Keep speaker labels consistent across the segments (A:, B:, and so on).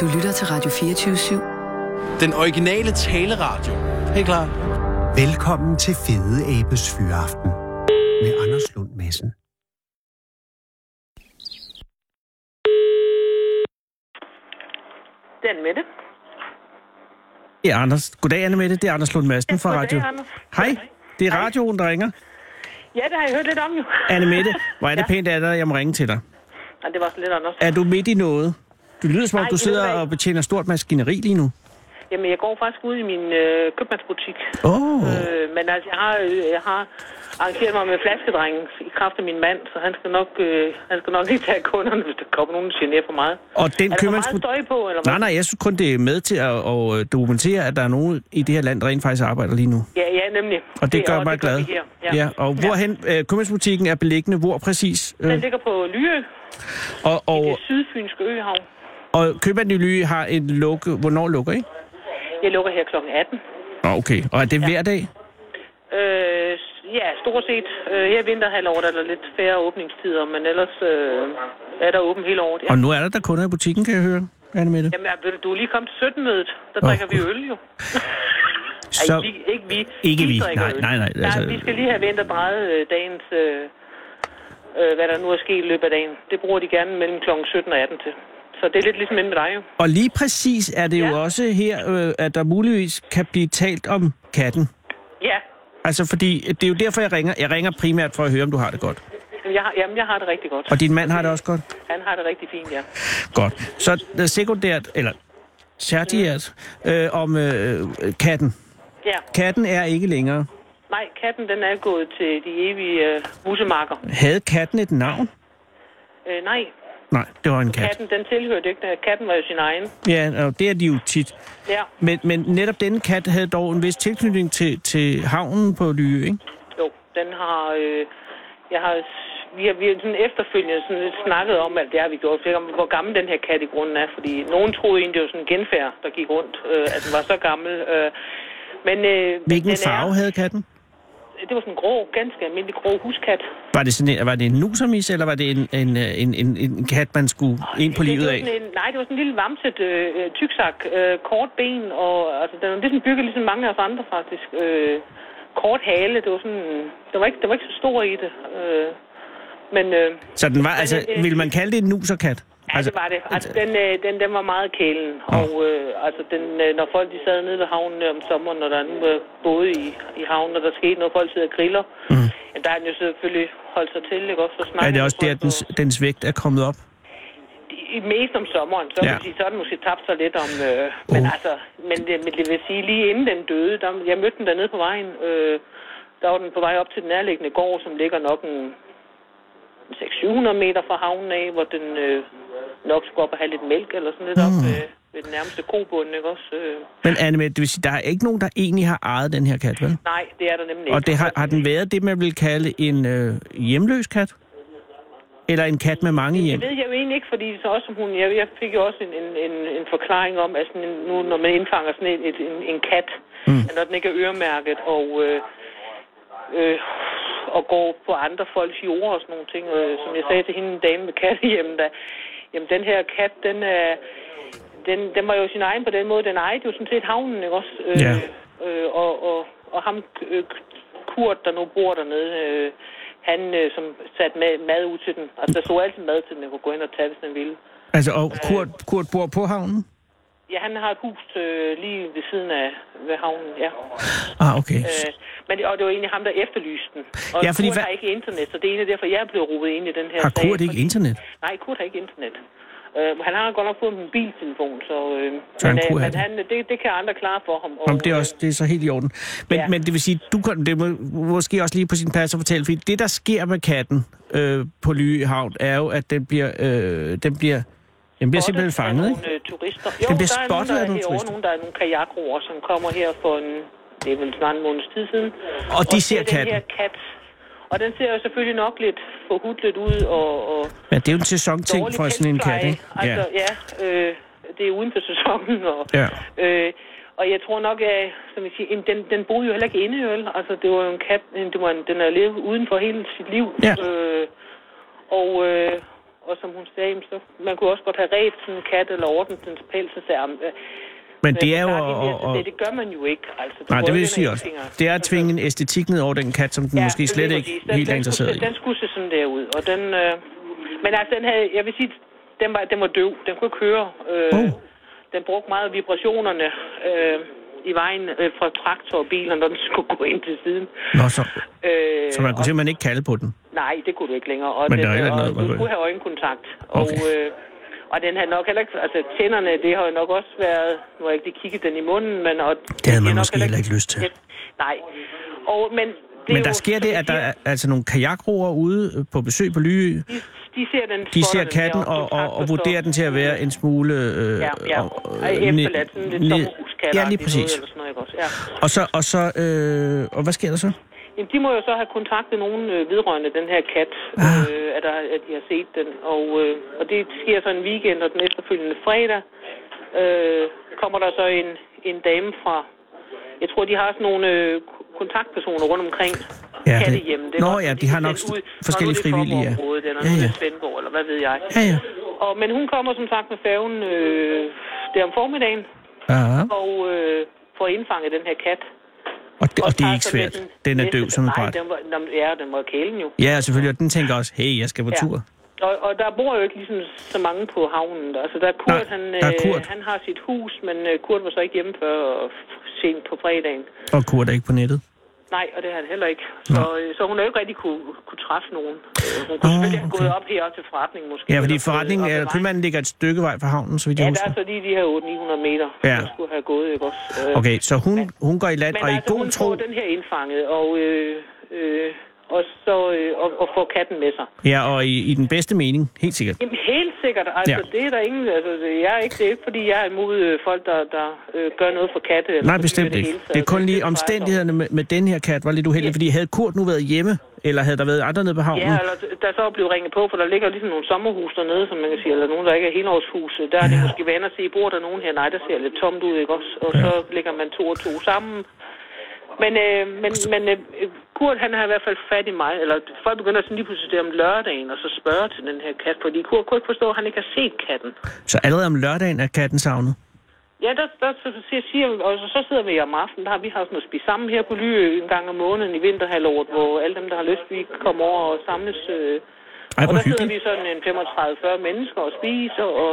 A: Du lytter til Radio 24 /7.
B: Den originale taleradio. Helt klar.
C: Velkommen til Fede Abes Fyraften med Anders Lund Madsen.
D: Den med det.
E: Det er Anders. Goddag, Anne Mette. Det er Anders Lund Madsen fra Radio. Hej, det er radioen, der ringer.
D: Ja, det har jeg hørt lidt om jo.
E: Anne Mette, hvor er det pænt af dig, at jeg må ringe til dig.
D: Nej, det var også lidt Anders.
E: Er du midt i noget? Du lyder som om,
D: Nej,
E: du
D: det ved
E: sidder
D: jeg ikke.
E: og betjener stort maskineri lige nu.
D: Jamen, jeg går faktisk ud i min øh, købmandsbutik.
E: Åh, oh,
D: Øh, men altså, jeg har, øh, jeg har arrangeret mig med flaskedrengen i kraft af min mand, så han skal nok, øh, han skal nok ikke tage kunderne, hvis der kommer nogen, der generer for meget.
E: og
D: Er
E: den
D: der for meget
E: købmandsbutik...
D: støj på, eller hvad?
E: Nej, nej, jeg synes kun, det er med til at, at øh, dokumentere, at der er nogen i det her land, der rent faktisk arbejder lige nu.
D: Ja, ja, nemlig.
E: Og det gør
D: og
E: mig glad.
D: vi her. Ja.
E: ja, og hvorhen øh, købmandsbutikken er beliggende, hvor præcis?
D: Den
E: Øh,
D: ligger på Lyø,
E: og,
D: det
E: og,
D: sydfynske øhavn.
E: og købmand i Lyge har en lukke... Hvornår lukker I?
D: Jeg lukker her kl. 18.
E: Nå, okay. Og er det hver dag?
D: Øh, ja, stort set. Øh, her i vinterhalvåret er der lidt færre åbningstider, men ellers øh, er der åbent hele året. Ja.
E: Og nu er der der kunder i butikken, kan jeg høre, Anne Mette.
D: Jamen, er- vil du lige komme til 17-mødet? Der
E: Nå.
D: drikker vi øl jo. Så... Ej, vi, ikke vi.
E: Ikke vi.
D: drikker
E: Nej,
D: øl.
E: nej, nej, altså-
D: Nej, vi skal lige have ventet drejet øh, dagens... Øh, øh, hvad der nu er sket i løbet af dagen. Det bruger de gerne mellem kl. 17 og 18 til. Så det er lidt ligesom inde med dig jo.
E: Og lige præcis er det ja. jo
D: Ja.
E: også her, øh, at der muligvis kan blive talt om katten.
D: Ja,
E: Altså fordi, det er jo derfor, jeg ringer. Jeg ringer primært for at høre, om du har det godt.
D: jamen jeg har, jamen, jeg har det rigtig godt.
E: Og din mand har det også godt?
D: Han har det rigtig fint, ja.
E: Godt. Så øh, sekundært, eller tertiært, øh, om øh, øh, katten.
D: Ja,
E: Katten er ikke længere.
D: nej, katten den er gået til de evige øh, musemarker.
E: Havde katten et navn?
D: Øh, nej,
E: Nej, det var en kat.
D: Katten, den tilhørte ikke. øh, Katten var jo sin egen.
E: Ja, og det er de jo tit.
D: Ja,
E: Men, men netop denne kat havde dog en vis tilknytning til, til havnen på Lyø, ikke?
D: jo. Den har... Øh, jeg har vi har, vi har sådan efterfølgende sådan lidt snakket om alt det her, vi gjorde. For om, hvor gammel den her kat i grunden er. Fordi nogen troede egentlig, det var sådan en genfærd, der gik rundt. Øh, at den var så gammel. Øh, men øh,
E: Hvilken
D: den
E: farve
D: Er,
E: havde katten?
D: det var sådan en grå, ganske almindelig grå huskat.
E: Var det, sådan en, var det en nusermis, eller var det en, en, øh, en, en, en kat, man skulle ind på
D: Det- det
E: livet
D: var
E: af?
D: sådan En, nej, det var sådan en lille vamset øh, øh, tyksak, øh, kort ben, og altså, den var ligesom bygget ligesom mange af os andre faktisk. Øh, kort hale, det var sådan, der var ikke, der var ikke så stor i det. Øh, men øh,
E: Så den var, altså,
D: det- det-
E: ville man kalde det en nuserkat?
D: ja, altså, det var det. Altså, den, øh, den, den var meget kælen, og øh, altså, den, øh, når folk de sad nede ved havnen øh, om sommeren, når der nu øh, både i, i havnen, og der skete noget, folk sidder og griller, mm. der er den jo selvfølgelig holdt sig til, ikke også? Så
E: er
D: snakker
E: det
D: de
E: også der,
D: folk,
E: dens,
D: og-
E: dens vægt er kommet op?
D: i mest om sommeren, så,
E: Ja.
D: ja. vil sige, så er den måske tabt sig lidt om... Øh, men
E: Uh.
D: altså, men det, men det vil sige, lige inden den døde, der, jeg mødte den dernede på vejen. Øh, der var den på vej op til den nærliggende gård, som ligger nok en 600-700 meter fra havnen af, hvor den øh, nok skulle op og have lidt mælk eller sådan lidt mm. op øh, ved den nærmeste kobund, ikke også? Øh,
E: Men Anne, det vil sige, der er ikke nogen, der egentlig har ejet den her kat, vel?
D: nej, det er der nemlig ikke.
E: Og det har, har den været det, man vil kalde en øh, hjemløs kat? Eller en kat med mange hjem?
D: Det ved jeg jo egentlig ikke, fordi så også som hun, jeg, jeg fik jo også en, en, en, en forklaring om, at sådan, en- nu når man indfanger sådan en, et, en, en kat, mm. når den ikke er øremærket og, øh, øh, og går på andre folks jord og sådan nogle ting, øh, som jeg sagde til hende, en dame med kattehjemmen, da, jamen den her kat, den er, den, den var jo sin egen på den måde, den ejede jo sådan set havnen, ikke også? Øh,
E: Ja.
D: øh, og, og, og ham, øh, Kurt, der nu bor dernede, øh, han øh, som satte mad, mad ud til den. Altså, der stod altid mad til den, jeg kunne gå ind og tage, hvis den ville.
E: Altså, og Kurt, Kurt bor på havnen?
D: Ja, han har et hus øh, lige ved siden af ved havnen, ja.
E: Ah, okay.
D: Øh, men det, og det var egentlig ham, der efterlyste den. Og
E: Ja, fordi
D: Kurt
E: hvad-
D: har ikke internet, så det er egentlig derfor, jeg er blevet roet ind i den her
E: Har
D: sag.
E: Kurt ikke
D: fordi-
E: internet?
D: Nej, Kurt har ikke internet. Øh, han har godt nok fået en mobiltelefon, så, øh,
E: Så han
D: men,
E: kunne
D: øh,
E: have
D: men han, det, det kan andre klare for ham. Og,
E: Om det er,
D: øh,
E: også, det er så helt i orden. Men, ja.
D: Ja.
E: men det vil sige, du kan, det må, måske også lige på sin plads at fortælle, fordi det, der sker med katten øh, på Lyhavn, er jo, at den bliver, øh, den bliver, den bliver
D: spottet
E: simpelthen
D: af
E: fanget, ikke?
D: nogle, øh, turister. Jo,
E: Den bliver
D: der er
E: spottet
D: nogen, der
E: af nogle
D: er herovre,
E: turister.
D: nogen, der er nogle kajakroer, som kommer her for en, det er vel snart en måneds tid siden.
E: Og de ser
D: ser
E: katten.
D: øh, Den her kat. Og den ser jo selvfølgelig nok lidt forhudlet ud og, og
E: Men det er jo en sæsonting
D: dårlig
E: for sådan en kat,
D: pelspleje.
E: ikke?
D: Altså, ja, øh, det er uden for sæsonen. Og,
E: Ja.
D: øh, og jeg tror nok, at som jeg siger, en- den, den boede jo heller ikke inde, vel? Altså, det var jo en kat, en- det var en, den har levet uden for hele sit liv.
E: Ja.
D: Øh, og, øh, Og som hun sagde, jamen, så man kunne også godt have ret sådan en kat eller ordnet dens pels og sagde, jamen, øh,
E: Men det er jo...
D: der
E: at-
D: de der-
E: at- at-
D: det, det gør man jo ikke. Altså,
E: Nej, det
D: rødvinder
E: vil jeg sige
D: ikke
E: også.
D: fingeren.
E: Det er at
D: Altså,
E: tvinge en æstetik ned over den kat, som den måske
D: det er
E: slet
D: lige
E: ikke
D: præcis.
E: helt er
D: den
E: interesseret i.
D: skulle, Den skulle se sådan der ud, og den... Øh, men altså, den havde... Jeg vil sige, den var, den var døv. Den kunne ikke høre. Øh,
E: Oh.
D: Den brugte meget af vibrationerne øh, i vejen øh, fra traktorbilen, når den skulle gå ind til siden.
E: Nå, så,
D: Øh,
E: så man
D: og-
E: kunne simpelthen ikke kalde på den.
D: Nej, det kunne du ikke længere. Og
E: Men
D: den,
E: der er ikke
D: og
E: noget, man
D: du
E: kan-
D: skulle have øjenkontakt. Og,
E: Okay.
D: øh, og den havde nok heller ikke... Altså, tænderne, det har jo nok også været... Nu har jeg ikke lige kigget den i munden, men... Og,
E: Det havde man
D: har nok
E: måske heller ikke lyst til.
D: Nej. Og, men det
E: Men
D: er
E: der
D: jo,
E: sker
D: som
E: det,
D: jeg
E: at der
D: siger,
E: er altså nogle kajakroer ude øh, på besøg på Lyø.
D: de, de ser den
E: De
D: spotter
E: ser
D: den
E: katten
D: der
E: og, og, og
D: kontakt,
E: vurderer
D: så-
E: den til at være en smule... Øh,
D: Ja, ja.
E: og-
D: Og efterladt sådan lidt
E: ned-
D: sommerhuskat.
E: Ja, lige præcis.
D: Noget, eller sådan noget, ikke også? Ja.
E: Og så... Og, så øh, og hvad sker der så?
D: Jamen, de må jo så have kontaktet nogen øh, vedrørende den her kat,
E: Ah.
D: øh, at, der, at de har set den. Og, øh, og det sker så en weekend, og den efterfølgende fredag øh, kommer der så en, en dame fra... Jeg tror, de har sådan nogle øh, ko- kontaktpersoner rundt omkring
E: Ja, det-
D: kattehjemme. Det er
E: Nå
D: godt,
E: ja,
D: at
E: de har
D: kan
E: nok
D: sende ud,
E: forskellige frivillige,
D: Når nu er
E: ja.
D: det Fåborg-området, eller
E: Ja,
D: nu er
E: ja.
D: det Svendborg, eller hvad ved jeg.
E: Ja, ja.
D: Og, men hun kommer som sagt med færgen øh, der om formiddagen,
E: Ja,
D: og øh, får indfanget den her kat.
E: og det, og det er
D: tager
E: ikke
D: så med
E: svært.
D: den
E: Den er
D: næste-
E: døv som et
D: Nej,
E: bræt.
D: den var, den, ja, den var kælen jo.
E: Ja, og selvfølgelig. Og den tænker også, hey, jeg skal på
D: Ja.
E: tur.
D: Og, og der bor jo ikke ligesom så mange på havnen. Altså, der er Kurt,
E: Nej,
D: han,
E: der er
D: øh,
E: Kurt.
D: han har sit hus, men øh, Kurt var så ikke hjemme før og f- sent på fredagen.
E: Og kurt er ikke på nettet.
D: Nej, og det har han heller ikke. Så, øh, så hun har jo ikke rigtig kunne, kunne træffe nogen. Øh, hun kunne
E: Nå,
D: selvfølgelig have
E: okay.
D: gået op her til forretningen måske.
E: Ja, fordi
D: eller gået
E: forretningen,
D: op ad
E: eller
D: vejen.
E: købmanden ligger et stykke vej fra havnen, så vidt jeg
D: Ja, der
E: husker.
D: er så lige de her 800-900 meter,
E: Ja.
D: ja. der skulle have gået, ikke også? Øh,
E: Okay, så hun, hun går i land,
D: Men
E: og i
D: altså,
E: god
D: hun
E: tro...
D: får den her indfanget, og, øh, øh, og, så, øh, og, og får katten med sig.
E: Ja, og i, i den bedste mening, helt sikkert.
D: Jamen helt sikkert. Altså,
E: Ja.
D: ja. det er der ingen... Altså, det- jeg er ikke, det er ikke, fordi jeg er imod øh, folk, der, der øh, gør noget for katte. Eller
E: Nej,
D: for dyr i
E: bestemt
D: Altså, det
E: ikke.
D: hele taget. Altså,
E: Det er kun lige
D: det, det drejer sig om.
E: omstændighederne med, med den her kat var lidt uheldige, fordi havde Kurt nu været hjemme, eller havde der været andre nede på havnen,
D: Ja, eller der er så blev ringet på, for der ligger jo ligesom nogle sommerhus dernede, som man kan sige, eller nogen, der ikke er helårshus. Øh, Der er det måske vant at se, bor der nogen her? Nej, der ser lidt tomt ud, ikke også? Og så ligger man to og to sammen. Men, øh, men, men øh, Kurt, han har i hvert fald fat i mig, eller folk begynder sådan lige pludselig der om lørdagen, og så spørge til den her kat, fordi Kurt kunne ikke forstå, at han ikke har set katten.
E: så allerede om lørdagen er katten savnet.
D: Ja, der, der så siger, siger og så, så sidder vi om aftenen, der har vi har sådan noget spise sammen her på Lyø en gang om måneden i vinterhalvåret, hvor alle dem, der har lyst, vi kommer over og samles. Øh,
E: Ej,
D: og
E: hvor
D: der sidder
E: hyggeligt.
D: vi sådan en 35-40 mennesker og spiser, og,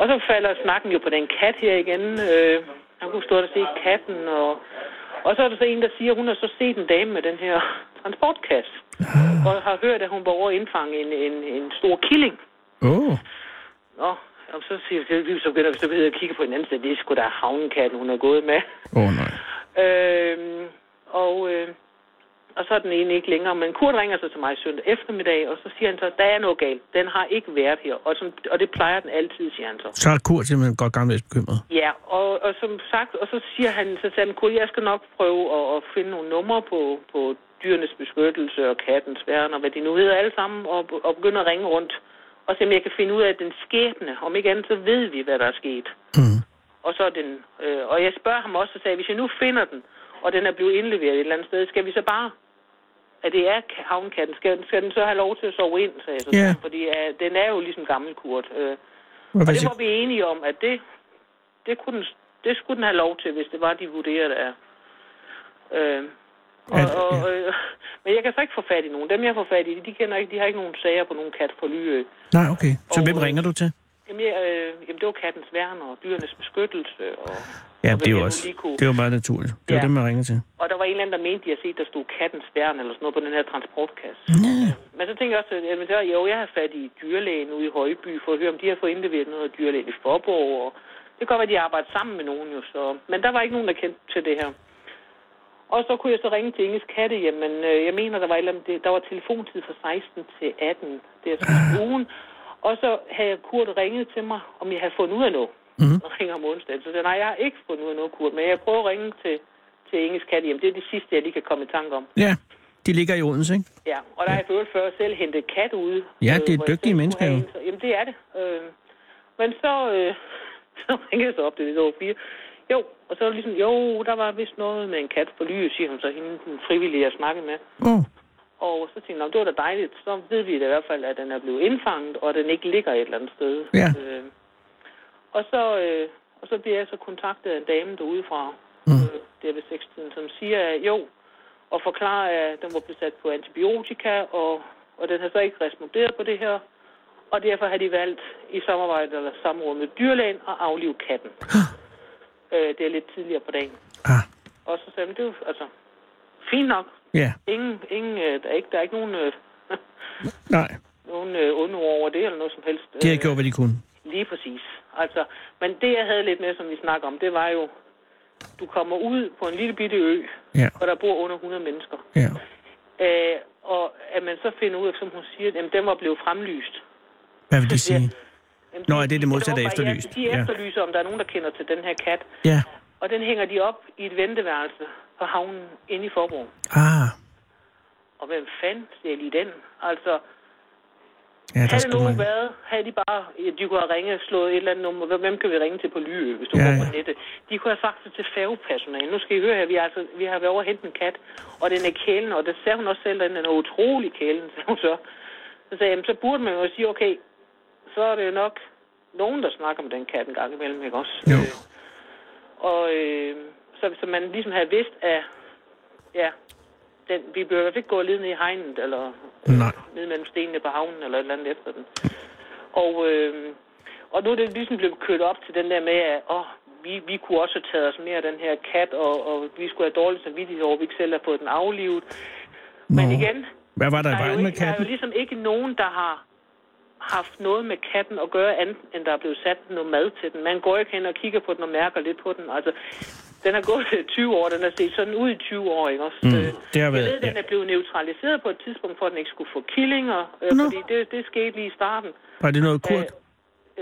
D: og så falder snakken jo på den kat her igen. Øh, han kunne stå der og se katten, og, og så er der så en, der siger, hun har så set en dame med den her transportkasse, og har hørt, at hun var over at indfange en, en, en stor killing.
E: Åh, oh,
D: Nå, og så siger vi, så begynder vi så begynder vi at kigge på hinanden, så det er sgu da havnekatten, hun er gået med.
E: oh, nej.
D: Øhm, og, øh, og så er den ene ikke længere, men Kurt ringer så til mig søndag eftermiddag, og så siger han så, der er noget galt, den har ikke været her, og, som, og det plejer den altid, siger han så.
E: Så er Kurt simpelthen godt gammeldags bekymret.
D: Ja, og, og som sagt, og så siger han, så sagde han, "Kurt, jeg skal nok prøve at, at finde nogle numre på, på dyrenes beskyttelse og kattens værn, og hvad de nu hedder alle sammen, og, og begynde at ringe rundt, og se om jeg kan finde ud af den skæbne. Om ikke andet, så ved vi, hvad der er sket.
E: Mm.
D: Og, så er den, øh, og jeg spørger ham også, og sagde, hvis jeg nu finder den, og den er blevet indleveret et eller andet sted, skal vi så bare at det er ka- havnkatten. Skal, den- skal den så have lov til at sove ind, sagde jeg så.
E: Ja.
D: Fordi øh, den er jo ligesom gammel kurt. Øh,
E: Hvad
D: og
E: hvis
D: det var
E: jeg...
D: vi enige om, at det, det, kunne den, det skulle den have lov til, hvis det var, de vurderede af. Øh, og,
E: At-
D: og,
E: ja.
D: øh, men jeg kan så ikke få fat i nogen. Dem, jeg får fat i, de, kender ikke, de har ikke nogen sager på nogen kat på Lyø.
E: Nej, okay. Så
D: Og,
E: hvem
D: øh,
E: ringer du til?
D: Jamen, jeg, øh, jamen, det var kattens værn og dyrenes beskyttelse. Og,
E: Ja,
D: og
E: det er
D: hvem
E: jo
D: jeg nu
E: også...
D: lige kunne-
E: Det er jo meget naturligt. Det er jo
D: Ja.
E: dem, man ringer til.
D: og der var en eller anden, der mente, de havde set, der stod kattens værn eller sådan noget på den her transportkasse. Øh, Men så tænkte jeg også, at jamen, der, jo, jeg har fat i dyrlægen ude i Højby for at høre, om de har fået indleveret noget af dyrlægen i Forborg. Og det kan godt være, at de arbejder sammen med nogen jo. Så. Men der var ikke nogen, der kendte til det her. Og så kunne jeg så ringe til Inges katte, jamen øh, jeg mener, der var, et eller andet, det- der var telefontid fra 16 til 18, det er sådan ugen. Og så havde jeg Kurt ringet til mig, om jeg havde fundet ud af noget. Mm-hmm. Og ringer om onsdagen. Så sagde jeg, nej, jeg har ikke fundet ud af noget, Kurt, men jeg prøver at ringe til, til Inges katte, jamen det er det sidste, jeg lige kan komme i tanke om.
E: Ja, de ligger i Odense, ikke?
D: Ja, og der har jeg for øvrigt før selv hentet kat ude.
E: Ja,
D: øh,
E: det er
D: hvor jeg
E: dygtige
D: selv
E: mennesker,
D: skulle
E: jo.
D: have en, så- Jamen, det er det. Øh, men så, øh, så ringede jeg så op, det er lidt over fire. Jo, og så var det ligesom, jo, der var vist noget med en kat på lyet, siger hun så, hende den frivillige, jeg snakkede med.
E: Åh, oh,
D: Og så tænkte jeg, "Nå, det var da dejligt. Så ved vi da i hvert fald, at den er blevet indfanget, og den ikke ligger et eller andet sted.
E: Ja.
D: Øh, og, så, øh, og så bliver jeg så kontaktet af en dame derude fra, mm. øh, der ved sekstiden, som siger, at jo, og forklarer, at den var blevet sat på antibiotika, og, og den har så ikke responderet på det her. Og derfor har de valgt i samarbejde eller samråd med dyrlægen at aflive katten. øh, det er lidt tidligere på dagen.
E: Ah,
D: Og så sagde jeg, "Men det er jo, altså, fint nok.
E: ja.
D: Ingen, ingen, øh, der, er ikke, der er ikke nogen, øh,
E: Nej,
D: nogen øh, onde ord over det, eller noget som helst.
E: de har
D: Øh,
E: gjort, hvad de kunne.
D: Lige præcis. Altså, men det, jeg havde lidt med, som vi snakker om, det var jo, du kommer ud på en lille bitte ø,
E: Ja,
D: hvor der bor under 100 mennesker.
E: ja.
D: Øh, og at man så finder ud af, som hun siger, at den var blevet fremlyst.
E: Hvad vil de sige?
D: Jamen,
E: Nå, ja, det er det modsatte af
D: var bare- ja,
E: efterlyst.
D: De
E: Ja.
D: efterlyser, om der er nogen, der kender til den her kat.
E: Ja.
D: Og den hænger de op i et venteværelse på havnen inde i Forborg.
E: Ah,
D: Og hvem fanden ser lige den? Altså,
E: ja, der
D: havde det
E: skulle
D: nu
E: man...
D: været, havde de bare, ja, de kunne have ringet, slået et eller andet nummer, Hvem- hvem kan vi ringe til på Lyø, hvis du
E: Ja,
D: ja, går på
E: ja.
D: nettet? De kunne have sagt det til færgepersonale. Nu skal I høre her, vi, er altså, vi har været over at hente en kat, og den er kælen, og det sagde hun også selv, at den er utrolig kælen, sagde hun så. Så sagde jeg, "Jamen, så burde man jo sige, okay, så er det jo nok nogen, der snakker om den kat en gang imellem, ikke også?
E: Jo.
D: Øh, Og øh, så, så man ligesom havde vidst, at ja, den, vi blev i hvert fald ikke gået lidt ned i hegnet, eller øh,
E: Nej.
D: ned mellem stenene på havnen, eller et eller andet efter den. Og, øh, og nu er det ligesom blevet kørt op til den der med, at åh, vi, vi kunne også have taget os mere af den her kat, og, og vi skulle have dårlig samvittighed over, at vi ikke selv har fået den aflivet. Men
E: Nå.
D: igen,
E: Hvad var der i
D: der er, jo
E: vejen med
D: ikke, der er jo
E: katten?
D: ligesom ikke nogen, der har haft noget med katten at gøre, andet end der er blevet sat noget mad til den. Man går ikke hen og kigger på den og mærker lidt på den. Altså, den har gået øh, 20 år, den har set sådan ud i 20 år, ikke også? Mm,
E: det har været-
D: jeg ved, den
E: ja.
D: er blevet neutraliseret på et tidspunkt, for at den ikke skulle få killinger, øh,
E: Nå.
D: fordi det, det skete lige i starten.
E: Var det noget kurt?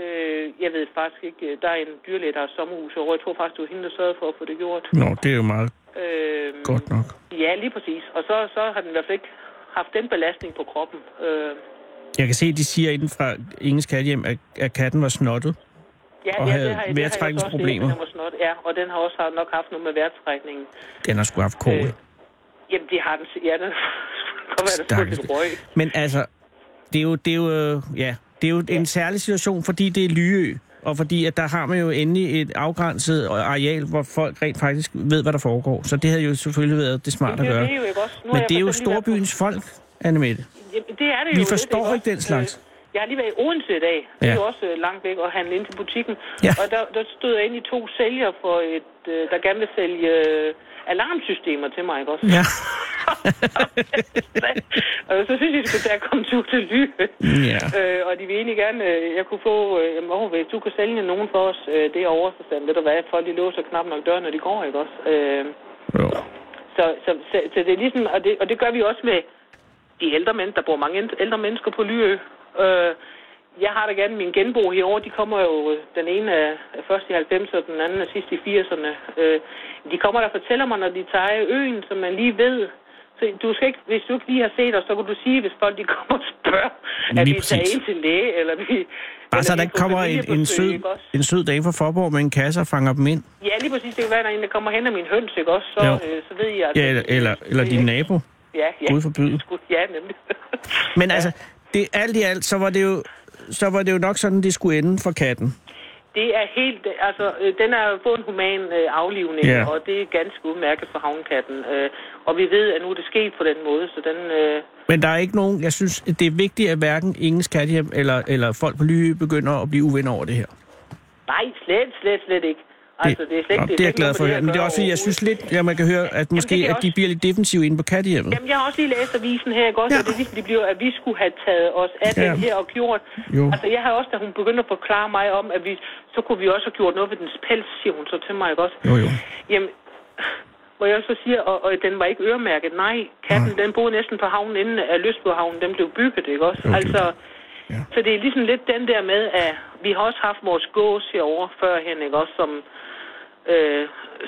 D: Øh, jeg ved faktisk ikke, øh, der er en dyrlæge, der har sommerhus over. Jeg tror faktisk, det var hende, der sørgede for at få det gjort.
E: Nå, det er jo meget
D: Øh,
E: godt nok.
D: Ja, lige præcis. Og så, så har den i hvert fald ikke haft den belastning på kroppen. Øh,
E: Jeg kan se, at de siger inden fra Inges Kathehjem, at, at katten var snottet.
D: Ja,
E: og
D: ja,
E: havde
D: det har, jeg- det har jeg så også
E: vejrtrækningsproblemer.
D: læst, at den var snot. Ja, og den har også haft- nok haft noget med vejrtrækningen.
E: Den har sgu haft kål.
D: Øh, Jamen, det har den. s- Ja, den kommer der skulle
E: Stakkels.
D: lidt røg.
E: Men altså, det er jo, det er jo, øh, ja, det er jo en særlig situation, fordi det er Lyø, og fordi at der har man jo endelig et afgrænset areal, hvor folk rent faktisk ved, hvad der foregår. Så det havde jo selvfølgelig været det smarte at
D: Jamen,
E: gøre.
D: det er jo ikke også. Nu har
E: Men
D: jeg
E: det er jo
D: for eksempel lige været
E: storbyens folk, Annemette.
D: på- Jamen, det er det
E: Vi
D: jo lidt,
E: forstår ikke den
D: også?
E: slags.
D: Øh, Jeg har lige været i Odense i dag. Det
E: Ja.
D: er jo også øh, langt væk og handle ind til butikken.
E: Ja.
D: Og der, der stod jeg ind i to sælgere, for et, øh, der gerne vil sælge øh, alarmsystemer til mig, ikke også?
E: Ja.
D: og så synes jeg, at jeg skulle tage at komme tur til Lyø.
E: ja.
D: Øh, og de vil egentlig gerne, øh, jeg kunne få, øh, jamen, åh, hvis du kan sælge nogen for os øh, derovre, så sagde han, ved du hvad, folk de låser knap nok døren, når de går, ikke også? Øh,
E: Jo.
D: så, så, så, så, det er ligesom, og det, og det gør vi også med de ældre mennesker, der bor mange æld- ældre mennesker på Lyø. Øh, jeg har da gerne min genbo herovre, de kommer jo, øh, den ene er er først i 90'erne, den anden er sidst i 80'erne. Øh, de kommer der og fortæller mig, når de tager af øen, som man lige ved, så du skal ikke, hvis du ikke lige har set os, så kan du sige, hvis folk de kommer og spørger, at
E: Lige
D: vi tager
E: præcis.
D: ind til læge, eller vi...
E: Bare så
D: eller
E: der
D: vi
E: ikke
D: på
E: kommer en, en,
D: familiebesøg,
E: sød,
D: ikke også?
E: en sød dame fra Forborg med en kasse og fanger dem ind.
D: Ja, lige præcis. Det kan være, at der er en, der kommer hen af min høns, ikke også? Så,
E: Jo.
D: øh, så ved jeg... at-
E: Ja, eller, eller, eller din nabo.
D: Ja, ja.
E: Gud forbyde.
D: Gud, Ja, nemlig.
E: Men altså, det, alt i alt, så var det jo, så var det jo nok sådan, det skulle ende for katten.
D: det er helt... Altså, øh, den har fået en human øh, aflivning,
E: Ja.
D: og det er ganske udmærket for havnkatten. Øh, og vi ved, at nu er det sket på den måde, så den... Øh,
E: Men der er ikke nogen, jeg synes, det er vigtigt, at hverken Inges Kathehjem eller, eller folk på Lyø begynder at blive uvenner over det her.
D: nej, slet, slet, slet ikke. Altså, det er slet
E: Nå,
D: ikke...
E: det er
D: slet
E: jeg
D: ikke
E: glad
D: noget
E: for.
D: med
E: Ja.
D: at
E: Men det er
D: gøre
E: også fordi, jeg synes
D: overhovedet.
E: lidt, at man kan høre, at måske
D: det er
E: at de
D: også-
E: bliver lidt defensive inde på Kathehjemmet.
D: Jamen, jeg har også lige læst avisen her, ikke også?
E: Ja.
D: Ja. Og det er ligesom, det bliver, at vi skulle have taget os af
E: Ja.
D: ja. den her og gjort.
E: Jo.
D: Altså, jeg har også, da hun begyndte at forklare mig om, at vi, så kunne vi også have gjort noget ved dens pels, siger hun så til mig, ikke også?
E: Jo, jo.
D: Jamen, hvor jeg så siger, og, og den var ikke øremærket. Nej, katten, den boede næsten på havnen, inden at Løsbøhavnen, den blev bygget, ikke også?
E: Jo, det er
D: altså,
E: Ja.
D: så det er ligesom lidt den der med, at vi har også haft vores gås herovre førhen, ikke også, som, øh,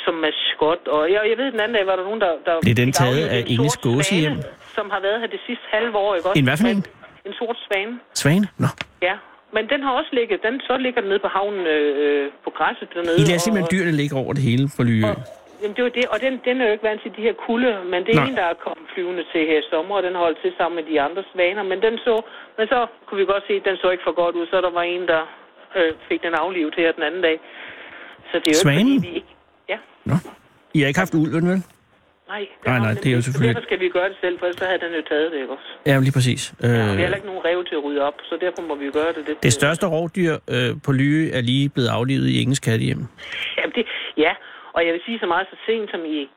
D: som maskot. Og jeg, jeg ved, den anden dag var der nogen, der... der
E: Blev den
D: fik
E: taget
D: aflivet
E: af
D: en
E: Inges
D: sort
E: gåse
D: svane,
E: hjem?
D: Som har været her det sidste halve år, ikke også?
E: En hvad for en?
D: En sort svane,
E: Svane? Nå.
D: ja. Men den har også ligget, den så ligger den nede på havnen øh, øh, på græsset dernede.
E: I lader
D: og-
E: simpelthen dyrene ligge over det hele på Lyø.
D: og Jamen, det er jo det, og den, den er jo ikke vant til de her kulde, men det er
E: Nej.
D: Nej. en, der er kommet flyvende til her i sommer, og den holdt til sammen med de andre svaner, men den så, men så kunne vi godt se, at den så ikke for godt ud, så der var en, der øh, fik den aflivet her den anden dag. Så det er jo
E: Svanen?
D: ikke, fordi vi ikke... Ja,
E: Nå. I har ikke haft ulven, vel?
D: nej. det
E: Nej,
D: har
E: nej,
D: den
E: det er jo
D: ikke. Så
E: selvfølgelig-
D: Derfor skal vi gøre det selv, for ellers så havde den jo taget det, ikke også?
E: Ja, lige præcis. Øh,
D: Og vi har heller ikke nogen rev til at rydde op, så derfor må vi jo gøre det lidt...
E: det største rovdyr øh, på Lyø er lige blevet aflivet i Ingens kattehjem.
D: Jamen det, ja, og jeg vil sige så meget, så sent som i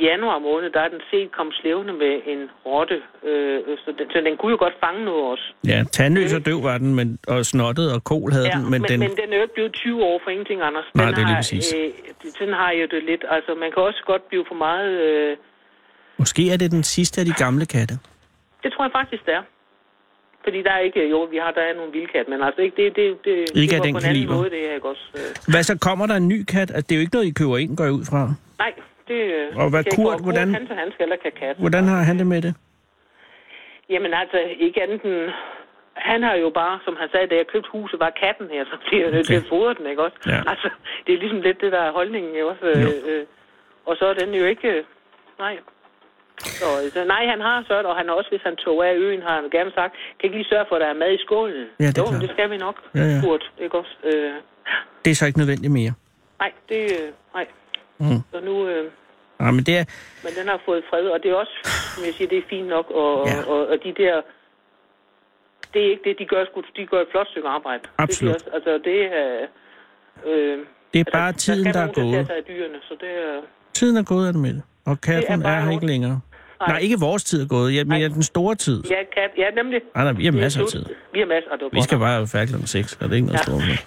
D: januar måned, der er den set kom slævende med en rotte. Øh, så, den, så den kunne jo godt fange noget også.
E: Ja, tandløs og døv var den, men, og snottet og kol havde
D: Ja,
E: den, men,
D: men,
E: den...
D: men den er jo ikke blevet 20 år for ingenting, Anders. Den
E: Nej, det er lige
D: har,
E: præcis.
D: Øh, den har jo det lidt. Altså, man kan også godt blive for meget... Øh,
E: Måske er det den sidste af de gamle katte.
D: det tror jeg faktisk, det er. Fordi der er ikke... Jo, vi har der er nogle vildkat, men altså ikke... Det, det, det,
E: Ikke
D: det
E: af
D: var
E: den
D: på en anden
E: kaliber.
D: måde, det her, ikke også? Øh,
E: Hvad så kommer der en ny kat? Altså, det er jo ikke noget, I køber ind, går jeg ud fra.
D: nej, det... øh,
E: Og hvad
D: skal jeg
E: Kurt,
D: gå-
E: hvordan-
D: Han, så han skal heller ikke have kat.
E: Hvordan har han det med det?
D: Jamen altså, ikke andet end... Han har jo bare, som han sagde, da jeg købte huset, var katten her, så bliver jeg nødt til
E: Okay.
D: at fodre den, ikke også?
E: Ja.
D: Altså, det er ligesom lidt det, der er holdningen, ikke også? Øh, øh, og så er den jo ikke... øh, Nej. Så, så øh, nej, han har sørget, og han har også, hvis han tog af øen, har han gerne sagt, kan ikke lige sørge for, at der er mad i skålen?
E: Ja, det er
D: jo,
E: klart.
D: men det skal vi nok,
E: Ja, ja.
D: Kurt, ikke også? Øh,
E: Det er så ikke nødvendigt mere.
D: nej, det... øh, Nej.
E: Mm.
D: Så nu... Øh,
E: Nej, Ah, men det er...
D: men den har fået fred, og det er også, som jeg siger, det er fint nok, og,
E: Ja.
D: ja. og, og de der, det er ikke det, de gør, sgu, de gør et flot stykke arbejde. Det
E: Absolut.
D: siger også, altså, det er, øh,
E: Det er bare tiden, der er
D: Der skal nogen, der tager
E: gået.
D: sig af dyrene, så det er,
E: Tiden er gået af det med det. Og katten
D: Det
E: er,
D: er bare
E: er her
D: lort.
E: ikke længere.
D: Nej.
E: Nej. Nej, ikke vores tid er gået. Jeg mener den store tid.
D: ja, kat, ja, nemlig.
E: Nej, nej, vi har
D: Det er
E: masser af
D: slut.
E: tid.
D: Vi har masser, og det var
E: Vi skal bare være færdige klokken 6, og det er ikke noget
D: Ja.
E: stort. med.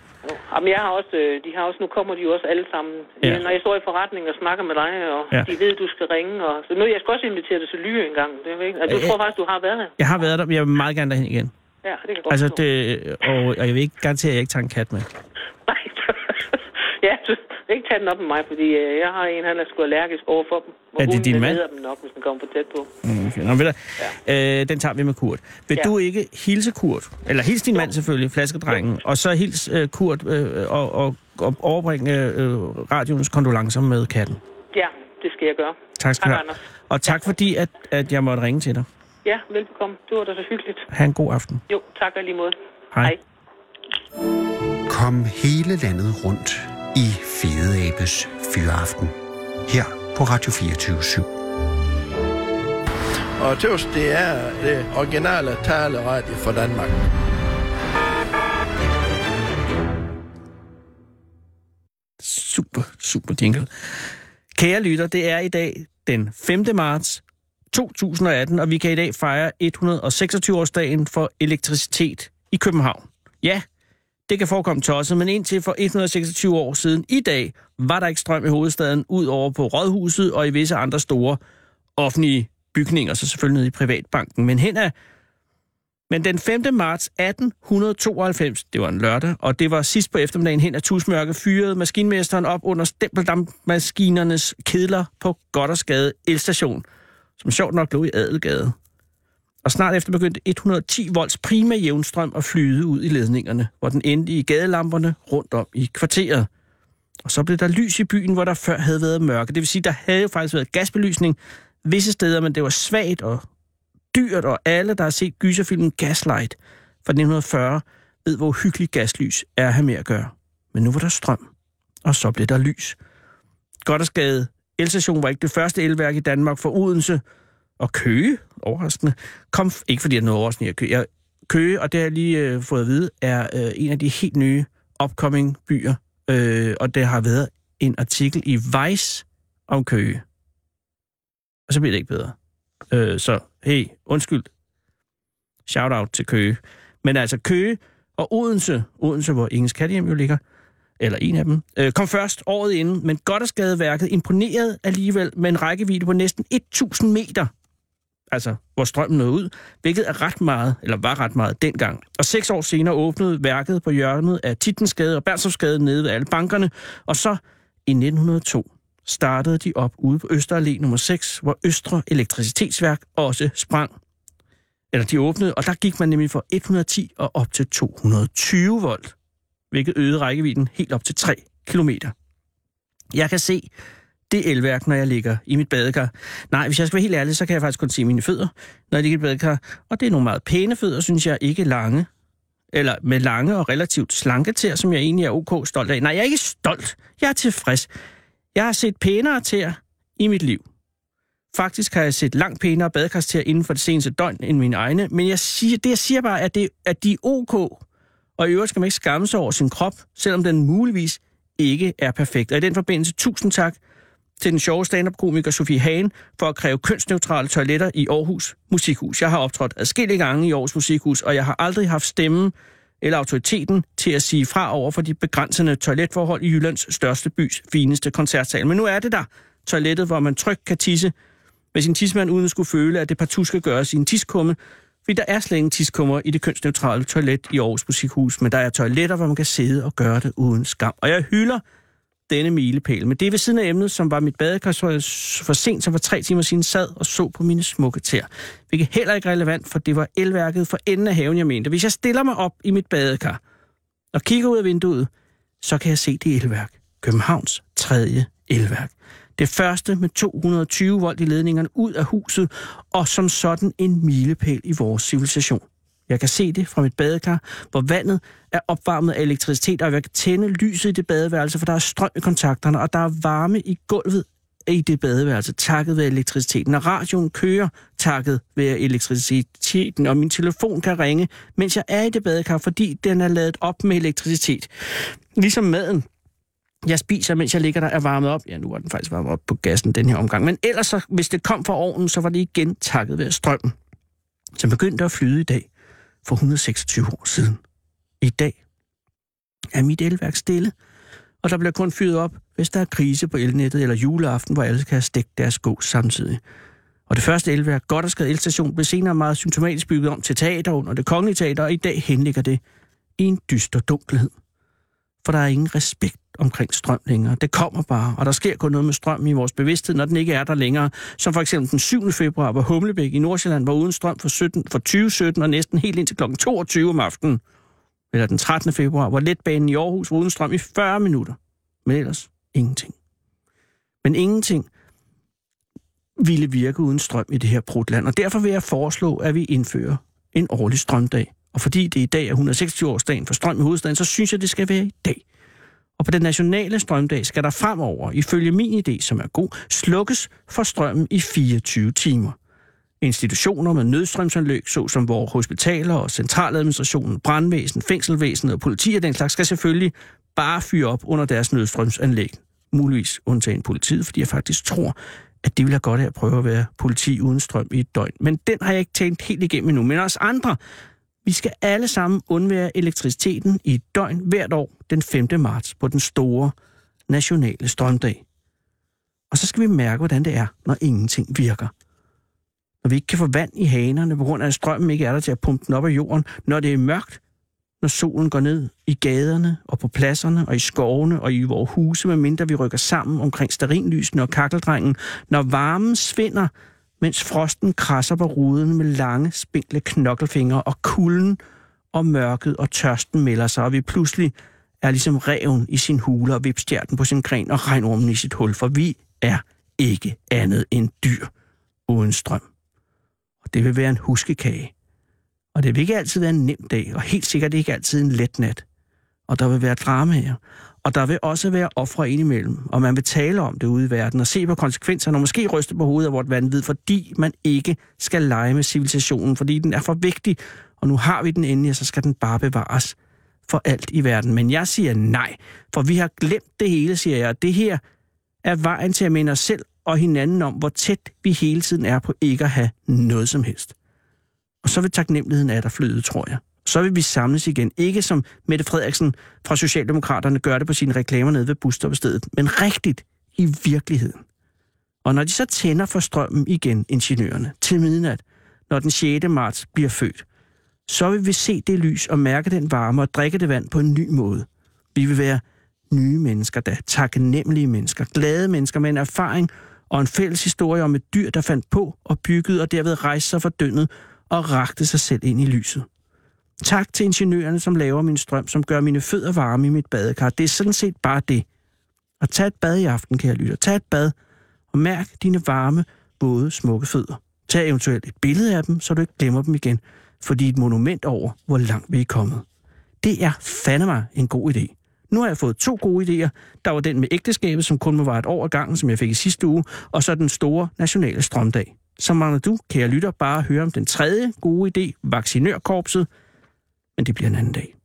D: Jamen, jeg har også, øh, de har også, nu kommer de jo også alle sammen.
E: Ja.
D: Ja. Når jeg står i forretningen og snakker med dig, og
E: Ja.
D: ja. de ved, du skal ringe, og, så nu, jeg skal også invitere dig til Lyre en gang. Det, er jo ikke, altså,
E: Øh,
D: du tror faktisk, du har været her.
E: Jeg har været der, men jeg vil meget gerne derhen igen.
D: Ja, det kan jeg godt
E: Altså,
D: forstå.
E: det, og, og jeg vil ikke garantere, at jeg ikke tager en kat med.
D: Nej. ja, du skal ikke tage den op med mig, fordi øh, jeg har en, han er sgu allergisk overfor dem. Og
E: Er det
D: hunden,
E: din
D: den
E: mand?
D: æder dem nok, hvis den kommer for tæt på.
E: Mm, Okay. Nå, ved du, øh, den tager vi med Kurt. Vil
D: Ja.
E: du ikke hilse Kurt? Eller hils din mand selvfølgelig, flaskedrengen. Og så hils øh, Kurt øh, og, og, og overbringe øh, radioens kondolencer med katten.
D: Ja, det skal jeg gøre.
E: Tak skal du
D: Hej,
E: have.
D: Anders.
E: Og tak fordi, at, at jeg måtte ringe til dig.
D: Ja, velbekomme. Det var da så hyggeligt.
E: Ha' en god aften.
D: Jo, tak og i lige måde.
E: Hej.
C: Kom hele landet rundt i Fede Abes Fyraften. Her på Radio 24 /7.
A: Og tøs, det er det originale taleradio for Danmark.
E: Super, super jingle. Kære lytter, det er i dag den 5. marts 2018, og vi kan i dag fejre 126-årsdagen for elektricitet i København. Ja, det kan forekomme tosset, men indtil for 126 år siden i dag, var der ikke strøm i hovedstaden, ud over på Rådhuset og i visse andre store offentlige bygninger, så selvfølgelig nede i Privatbanken. Men hen ad men den 5. marts 1892, det var en lørdag, og det var sidst på eftermiddagen hen, at Tusmørke fyrede maskinmesteren op under stempeldampmaskinernes kedler på Goddersgade elstation, som sjovt nok lå i Adelgade. Og snart efter begyndte 110 volts prima jævnstrøm at flyde ud i ledningerne, hvor den endte i gadelamperne rundt om i kvarteret. Og så blev der lys i byen, hvor der før havde været mørke. Det vil sige, der havde jo faktisk været gasbelysning visse steder, men det var svagt og dyrt, og alle, der har set gyserfilmen Gaslight fra 1940, ved, hvor uhyggeligt gaslys er at have med at gøre. Men nu var der strøm, og så blev der lys. Goddersgade elstation var ikke det første elværk i Danmark for Odense, og Køge, overraskende, kom, f- ikke fordi jeg er noget overraskende i at Køge, jeg, Køge, og det har jeg lige øh, fået at vide, er øh, en af de helt nye upcoming byer, øh, og der har været en artikel i Vice om Køge. Og så bliver det ikke bedre. Øh, så hey, undskyld. Shout-out til Køge. Men altså Køge og Odense, Odense, hvor Ingens Kattehjem jo ligger, eller en af dem, øh, kom først året inden, men Goddersgadeværket imponerede alligevel med en rækkevidde på næsten 1000 meter, altså hvor strømmen nåede ud, hvilket er ret meget, eller var ret meget dengang. Og seks år senere åbnede værket på hjørnet af Titensgade og Bernsovsgade nede ved alle bankerne, og så i 1902 startede de op ude på Østerallé nummer 6, hvor Østre Elektricitetsværk også sprang. Eller de åbnede, og der gik man nemlig fra 110 og op til 220 volt, hvilket øgede rækkevidden helt op til 3 kilometer. Jeg kan se det elværk, når jeg ligger i mit badekar. Nej, hvis jeg skal være helt ærlig, så kan jeg faktisk kun se mine fødder, når jeg ligger i mit badekar. Og det er nogle meget pæne fødder, synes jeg, ikke lange. Eller med lange og relativt slanke tæer, som jeg egentlig er ok stolt af. Nej, jeg er ikke stolt. Jeg er tilfreds. Jeg har set pænere tæer i mit liv. Faktisk har jeg set langt pænere badekarstæer inden for det seneste døgn end mine egne, men jeg siger, det jeg siger bare, er, at, det, at de er ok, og i øvrigt skal man ikke skamme sig over sin krop, selvom den muligvis ikke er perfekt. Og i den forbindelse, tusind tak til den sjove stand-up-komiker Sofie Hagen for at kræve kønsneutrale toiletter i Aarhus Musikhus. Jeg har optrådt adskillige gange i Aarhus Musikhus, og jeg har aldrig haft stemmen eller autoriteten til at sige fra over for de begrænsende toiletforhold i Jyllands største bys fineste koncertsal. Men nu er det der, toilettet, hvor man trygt kan tisse med sin tissemand, uden at skulle føle, at det partout skal gøres i en tiskumme, fordi der er slet ingen tiskummer i det kønsneutrale toilet i Aarhus Musikhus, men der er toiletter, hvor man kan sidde og gøre det uden skam. Og jeg hylder denne milepæl. Men det er ved siden af emnet, som var mit badekar, hvor jeg s- for sent, som for tre timer siden sad og så på mine smukke tæer. Hvilket heller ikke er relevant, for det var elværket for enden af haven, jeg mente. Hvis jeg stiller mig op i mit badekar og kigger ud af vinduet, så kan jeg se det elværk. Københavns tredje elværk. Det første med 220 volt i ledningerne ud af huset, og som sådan en milepæl i vores civilisation. Jeg kan se det fra mit badekar, hvor vandet er opvarmet af elektricitet, og jeg kan tænde lyset i det badeværelse, for der er strøm i kontakterne, og der er varme i gulvet i det badeværelse, takket ved elektriciteten. Og radioen kører takket ved elektriciteten, og min telefon kan ringe, mens jeg er i det badekar, fordi den er lavet op med elektricitet. Ligesom maden, jeg spiser, mens jeg ligger der, er varmet op. Ja, nu var den faktisk varmet op på gassen den her omgang. Men ellers, så, hvis det kom fra ovnen, så var det igen takket ved strømmen, som begyndte at flyde i dag for 126 år siden. I dag er mit elværk stille, og der bliver kun fyret op, hvis der er krise på elnettet eller juleaften, hvor alle skal have stegt deres gås samtidig. Og det første elværk, Goddersgade Elstation, blev senere meget symptomatisk bygget om til teater under det kongelige teater, og i dag henligger det i en dyster dunkelhed for der er ingen respekt omkring strøm længere. Det kommer bare, og der sker kun noget med strøm i vores bevidsthed, når den ikke er der længere. Som for eksempel den 7. februar, hvor Humlebæk i Nordsjælland var uden strøm for, 17, for 2017 og næsten helt indtil kl. 22 om aftenen. Eller den 13. februar, hvor letbanen i Aarhus var uden strøm i 40 minutter. Men ellers ingenting. Men ingenting ville virke uden strøm i det her brudland, og derfor vil jeg foreslå, at vi indfører en årlig strømdag. Og fordi det i dag er 126-årsdagen for strøm i hovedstaden, så synes jeg, det skal være i dag. Og på den nationale strømdag skal der fremover, ifølge min idé, som er god, slukkes for strømmen i 24 timer. Institutioner med nødstrømsanløg, såsom vores hospitaler og centraladministrationen, brandvæsen, fængselvæsen og politi og den slags, skal selvfølgelig bare fyre op under deres nødstrømsanlæg. Muligvis undtagen politiet, fordi jeg faktisk tror, at det vil jeg godt af at prøve at være politi uden strøm i et døgn. Men den har jeg ikke tænkt helt igennem endnu. Men også andre, vi skal alle sammen undvære elektriciteten i et døgn hvert år den 5. marts på den store nationale strømdag. Og så skal vi mærke, hvordan det er, når ingenting virker. Når vi ikke kan få vand i hanerne, på grund af at strømmen ikke er der til at pumpe den op af jorden, når det er mørkt, når solen går ned i gaderne og på pladserne og i skovene og i vores huse, medmindre vi rykker sammen omkring starinlysene og kakkeldrengen, når varmen svinder, mens frosten krasser på ruden med lange, spinkle knokkelfingre, og kulden og mørket og tørsten melder sig, og vi pludselig er ligesom reven i sin hule og vipstjerten på sin gren og regnormen i sit hul, for vi er ikke andet end dyr uden strøm. Og det vil være en huskekage. Og det vil ikke altid være en nem dag, og helt sikkert ikke altid en let nat. Og der vil være dramaer, og der vil også være ofre indimellem, og man vil tale om det ude i verden og se på konsekvenserne og måske ryste på hovedet af vort vanvid, fordi man ikke skal lege med civilisationen, fordi den er for vigtig, og nu har vi den endelig, og så skal den bare bevares for alt i verden. Men jeg siger nej, for vi har glemt det hele, siger jeg. Det her er vejen til at minde os selv og hinanden om, hvor tæt vi hele tiden er på ikke at have noget som helst. Og så vil taknemmeligheden af dig flyde, tror jeg. Så vil vi samles igen. Ikke som Mette Frederiksen fra Socialdemokraterne gør det på sine reklamer nede ved busstoppestedet, men rigtigt i virkeligheden. Og når de så tænder for strømmen igen, ingeniørerne, til midnat, når den 6. marts bliver født, så vil vi se det lys og mærke den varme og drikke det vand på en ny måde. Vi vil være nye mennesker da, taknemmelige mennesker, glade mennesker med en erfaring og en fælles historie om et dyr, der fandt på og byggede og derved rejste sig fra dønnet og rakte sig selv ind i lyset. Tak til ingeniørerne, som laver min strøm, som gør mine fødder varme i mit badekar. Det er sådan set bare det. Og tag et bad i aften, kære lytter. Tag et bad, og mærk dine varme, våde, smukke fødder. Tag eventuelt et billede af dem, så du ikke glemmer dem igen, fordi et monument over, hvor langt vi er kommet. Det er fandeme en god idé. Nu har jeg fået to gode idéer. Der var den med ægteskabet, som kun må være et år ad gangen, som jeg fik i sidste uge, og så den store nationale strømdag. Så mangler du, kære lytter, bare at høre om den tredje gode idé, vaccinørkorpset, men det bliver en anden dag.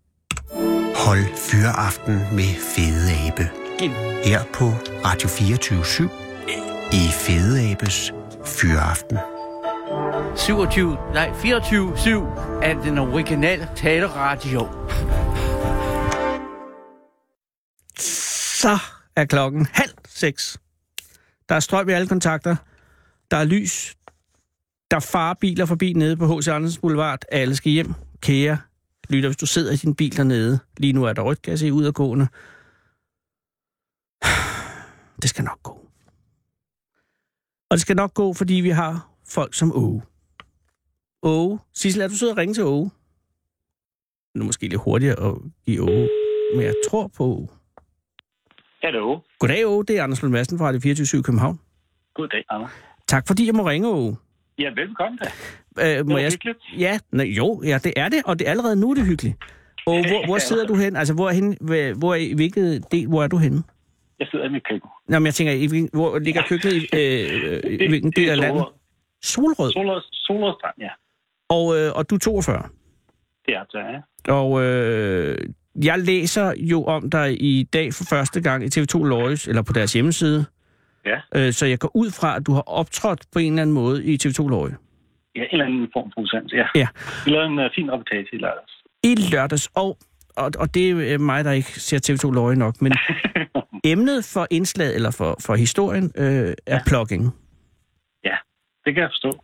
C: Hold fyreaften med Fede Abe. Her på Radio 24 i Fede Abes Fyreaften.
B: 27, nej, 24-7 af den originale taleradio.
E: Så er klokken halv seks. Der er strøm i alle kontakter. Der er lys. Der er farebiler forbi nede på H.C. Andersens Boulevard. Alle skal hjem. Kære lytter, hvis du sidder i din bil dernede. Lige nu er der rødt, kan jeg se, udadgående. Det skal nok gå. Og det skal nok gå, fordi vi har folk som Åge. Åge. Sissel, er du sød at ringe til Åge? Nu er måske lidt hurtigere at give Åge, men jeg tror på Åge.
F: Hallo.
E: Goddag, Åge. Det er Anders Lund Madsen fra Radio 24 København.
F: Goddag, Anna.
E: Tak, fordi jeg må ringe, Åge.
F: Ja, velkommen da. Det
E: Øh, må
F: var
E: jeg...
F: hyggeligt.
E: Ja, nej, jo, ja, det er det, og det er allerede nu er det hyggeligt. Og hvor, hvor sidder du hen? Altså, hvor er hen, hvor er, i hvilket del, hvor er du henne?
F: Jeg sidder i mit køkken.
E: Nå, men jeg tænker, i, hvilken- hvor ligger køkkenet i, øh, i hvilken del af landet? Solrød.
F: Solrød, Solrød Strand, ja.
E: Og, øh, og du er 42.
F: Det er det, ja.
E: Og øh, jeg læser jo om dig i dag for første gang i TV2 Lois, eller på deres hjemmeside.
F: Ja.
E: Øh, så jeg går ud fra, at du har optrådt på en eller anden måde i TV2 Lois.
F: Ja, en eller anden form for udsendelse, ja.
E: Ja.
F: Vi lavede en uh, fin reportage i lørdags.
E: I lørdags, og, og, og det er øh, mig, der ikke ser TV2 Lois nok, men emnet for indslaget, eller for, for historien, øh, er ja. plugging.
F: Det kan jeg forstå.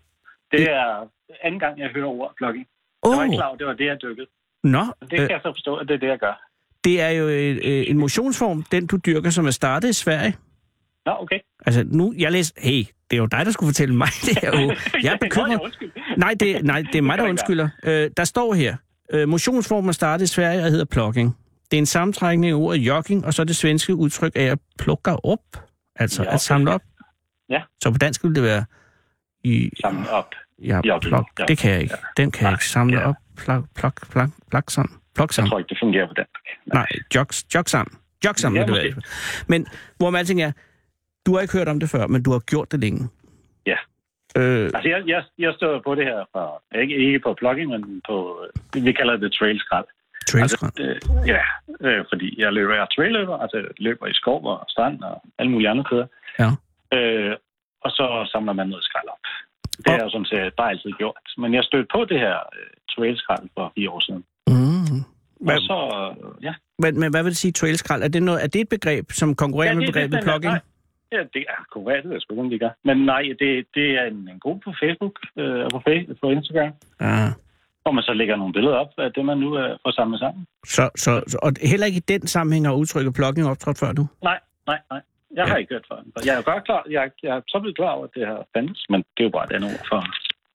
F: Det er anden gang, jeg hører ordet blogging. Jeg var
E: Åh,
F: ikke klar over, det var det, jeg dykkede.
E: nå,
F: Men det
E: Uh. øh,
F: kan jeg så forstå, at det er det, jeg gør.
E: det er jo øh, øh, en motionsform, den du dyrker, som er startet i Sverige.
F: Nå, okay.
E: Altså nu, jeg læser, hey, det er jo dig, der skulle fortælle mig det her. Åge. Jeg er
F: Nå,
E: bekymret.
F: ja, undskyld.
E: Nej, det, nej, det er mig,
F: kan
E: der
F: det
E: undskylder. Øh, der står her, øh, motionsformen er startet i Sverige og hedder plugging. Det er en sammentrækning af ordet jogging, og så det svenske udtryk af at plukke op, altså
F: Ja,
E: at samle op.
F: Ja.
E: Så på dansk ville det være... I,
F: Sammen op.
E: ja,
F: jogging,
E: plok.
F: ja.
E: Det kan jeg ikke. Den kan jeg
F: Nej,
E: ikke. Samle
F: ja.
E: op, plak, plak, plak, plak sammen. Plok
F: Jeg
E: sammen.
F: tror ikke, det fungerer på dansk.
E: Nej, jogs, jog sammen. Jog sammen,
F: Ja,
E: ja, det være.
F: måske.
E: Men hvor man alting er, du har ikke hørt om det før, men du har gjort det længe.
F: Ja.
E: Øh,
F: Altså, jeg, jeg, jeg stod på det her fra, ikke, ikke på blogging, men på, øh, vi kalder det trailskrald.
E: trailskrab.
F: Øh, ja, øh, fordi jeg løber, jeg er trailløber, altså jeg løber i skov og strand og alle mulige andre steder.
E: Ja.
F: Øh, og så samler man noget skrald op. Det
E: Og-
F: har jeg sådan set bare altid gjort. Men jeg stødte på det her øh, trailskrald for fire år siden. altså-
E: Mm.
F: Og
E: Hvad,
F: så, øh, ja.
E: Men, men hvad vil det sige, trailskrald? Er det, noget, er det et begreb, som konkurrerer
F: Ja,
E: med
F: det er det,
E: begrebet
F: den er.
E: plugging?
F: Nej. Ja, det er korrekt, det er sgu ikke, om de gør. Men nej, det, det er en, en gruppe på Facebook øh, og på, Fa- på Instagram,
E: Ah.
F: hvor man så lægger nogle billeder op af det, man nu øh, får samlet sammen.
E: Så, så, så, og heller ikke i den sammenhæng har udtrykket plugging optrådt før nu?
F: Nej, nej, nej. Jeg har ikke hørt for den. Jeg er jo godt klar, jeg, jeg er så blevet klar over, at det har fandtes, men det er jo bare et andet ord for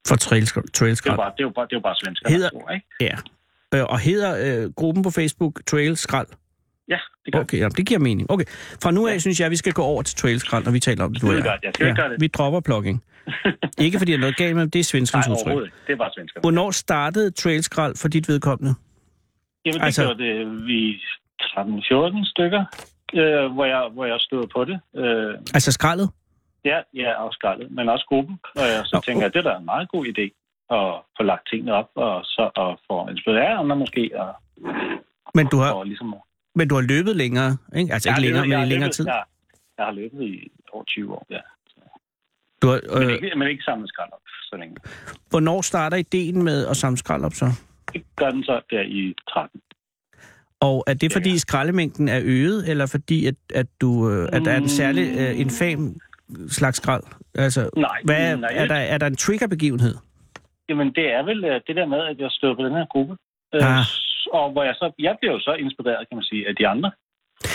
E: For trailskrald?
F: Det er
E: trailskrald.
F: jo bare, det er jo bare, det er jo bare svenskerne,
E: Hedder-
F: der tror, ikke?
E: Ja. Øh, og hedder øh, gruppen på Facebook Trailskrald?
F: Ja, det gør okay.
E: Okay, ja, det giver mening. Okay. Fra nu af synes jeg, vi skal gå over til trailskrald, når vi taler om det. og
F: Skide
E: jeg.
F: godt, ja. Skal vi gøre det?
E: Vi dropper plugging. ikke fordi der er noget galt med det, det er
F: Nej,
E: svenskernes udtryk.
F: overhovedet ikke. Det er bare svenskerne.
E: Hvornår startede trailskrald for dit vedkommende?
F: Jamen,
E: altså-
F: det altså... gjorde det vi 13-14 stykker, øh, hvor, jeg, hvor jeg stod på det. Øh,
E: Altså skraldet?
F: ja, ja, afskrællet, men også gruppen. Og jeg, så
E: Nå,
F: tænker jeg, det der er da en meget god idé at få lagt tingene op og så og få inspireret andre måske. Og,
E: Men du har,
F: og ligesom,
E: men du har løbet længere, ikke? Altså
F: Jeg
E: ikke
F: har
E: længere,
F: løbet- jeg
E: men i
F: har
E: længere
F: løbet-
E: tid.
F: Jeg, jeg har løbet i over 20 år, ja.
E: Du har,
F: Men,
E: øh,
F: ikke, men ikke samlet skrald op så længe.
E: Hvornår starter ideen med at samle skrald op så?
F: Det gør den så der i 13.
E: Og er det fordi skraldemængden er øget, eller fordi at, at, du, øh, at der er en særlig
F: Mm.
E: øh, infam slags skrald? Altså,
F: Nej,
E: hvad er,
F: Mm, nej,
E: er, der, er der en triggerbegivenhed?
F: Jamen, det er vel øh, det der med, at jeg stod på den her gruppe. Øh,
E: Ah.
F: s- Og hvor jeg så... Jeg bliver jo så inspireret, kan man sige, af de andre.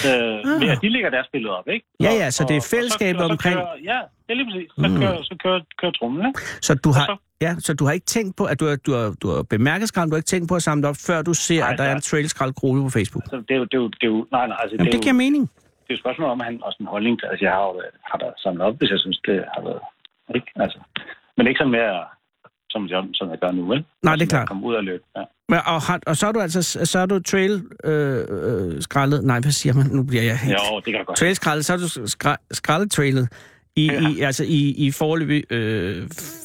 F: Øh,
E: Ah.
F: men de lægger deres billeder op, ikke?
E: Ja,
F: Og-
E: ja, så det er fællesskabet
F: og så,
E: omkring-
F: Og så kører, ja, det er lige præcis. Så
E: Mm.
F: kører, så kører, kører trumlen, ikke?
E: Så du
F: så-
E: har, ja, så du har ikke tænkt på, at du har, du har, du har bemærket skrald, du har ikke tænkt på at samle det op, før du ser,
F: Nej,
E: at der er
F: nej.
E: en trailskraldgruppe på Facebook?
F: Så det er jo... Det er jo, det er jo nej, nej, altså,
E: Jamen,
F: det,
E: det
F: er
E: giver
F: jo,
E: mening.
F: det er et spørgsmål om, at han også en holdning til, altså jeg har, jo, har da samlet op, hvis jeg synes, det har været ikke, altså. Men ikke sådan mere, som jeg, som jeg gør nu, vel?
E: Nej, det er
F: Som jeg
E: klart.
F: Kom ud og løb, ja.
E: Men, og, har, og så er du altså så er du trail øh, øh, skrællet. Nej, hvad siger man? Nu bliver jeg helt...
F: Jo, det kan du godt.
E: Trail skrællet, så er du skra- skrællet trailet i, ja. i, altså i, i forløb øh,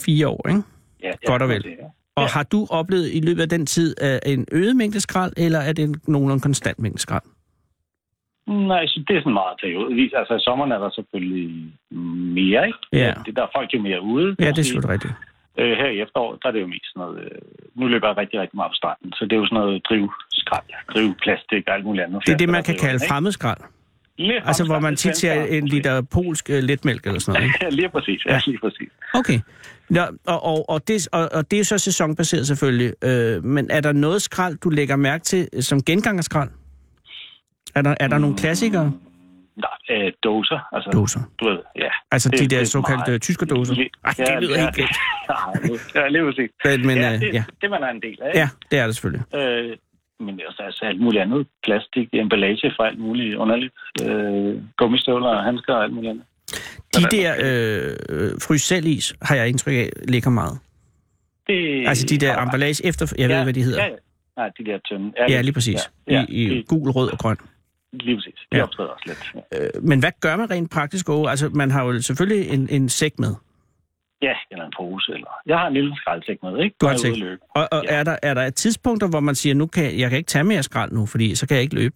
E: fire år, ikke?
F: Ja, ja,
E: Godt og vel.
F: det er-
E: Og har du oplevet i løbet af den tid øh, en øget mængde skrald, eller er det en nogenlunde konstant mængde skrald?
F: Nej, så det er sådan meget periodevis. Altså i sommeren er der selvfølgelig mere, ikke?
E: Ja.
F: Det, der er folk jo mere ude.
E: Ja, det er
F: måske.
E: selvfølgelig rigtigt.
F: Øh, her i efteråret, der er det jo mest sådan noget... Øh, nu løber jeg rigtig, rigtig meget på stranden, så det er jo sådan noget drivskrald, drivplastik og alt muligt andet.
E: Det er det, man kan kalde
F: Ikke?
E: fremmedskrald.
F: Lidt
E: Altså, hvor
F: fremskrald,
E: man
F: lidt
E: tit ser
F: fremskrald,
E: en
F: måske.
E: liter polsk øh, letmælk eller sådan noget. ikke?
F: Ja, lige præcis. Ja, lige præcis.
E: Okay. Nå, og, og, og, det, og, og det er jo så sæsonbaseret selvfølgelig. Øh, men er der noget skrald, du lægger mærke til øh, som gengangerskrald? Er der, er der mm. nogle klassikere?
F: Nej, øh, doser. Altså,
E: Doser.
F: Du ved, ja.
E: Altså
F: Det-
E: de
F: det
E: der
F: er
E: såkaldte
F: meget-
E: tyskerdoser?
F: Lidt-
E: Ej, det
F: ja,
E: lyder
F: ja,
E: helt galt.
F: Ja, lige præcis.
E: Men, men,
F: ja,
E: øh,
F: det,
E: ja.
F: det, man er en del af.
E: Ja, det er det selvfølgelig.
F: Øh, men også altså alt muligt andet. Plastik, emballage fra alt muligt underligt. Øh, gummistøvler, handsker og alt muligt andet.
E: De der øh, øh, frysellis, har jeg indtryk af, ligger meget.
F: Det,
E: Altså de der emballage efter... Jeg ved ikke, hvad de hedder.
F: Ja, ja. Nej, de der tynde.
E: Ja, lige præcis.
F: Ja, ja,
E: I, i
F: lige,
E: gul, rød og grøn.
F: lige præcis. De
E: Ja.
F: ja. optræder også lidt. Ja,
E: Øh, Men hvad gør man rent praktisk, Åge? Altså, man har jo selvfølgelig en, en sæk med.
F: ja eller en pose. Eller... Jeg har en lille skraldsæk med, ikke?
E: Du har
F: Når
E: en
F: jeg er
E: sæk.
F: ude at løbe.
E: Og, og
F: Ja.
E: er, der, er der tidspunkter, hvor man siger, nu kan jeg kan ikke tage mere skrald nu, fordi så kan jeg ikke løbe?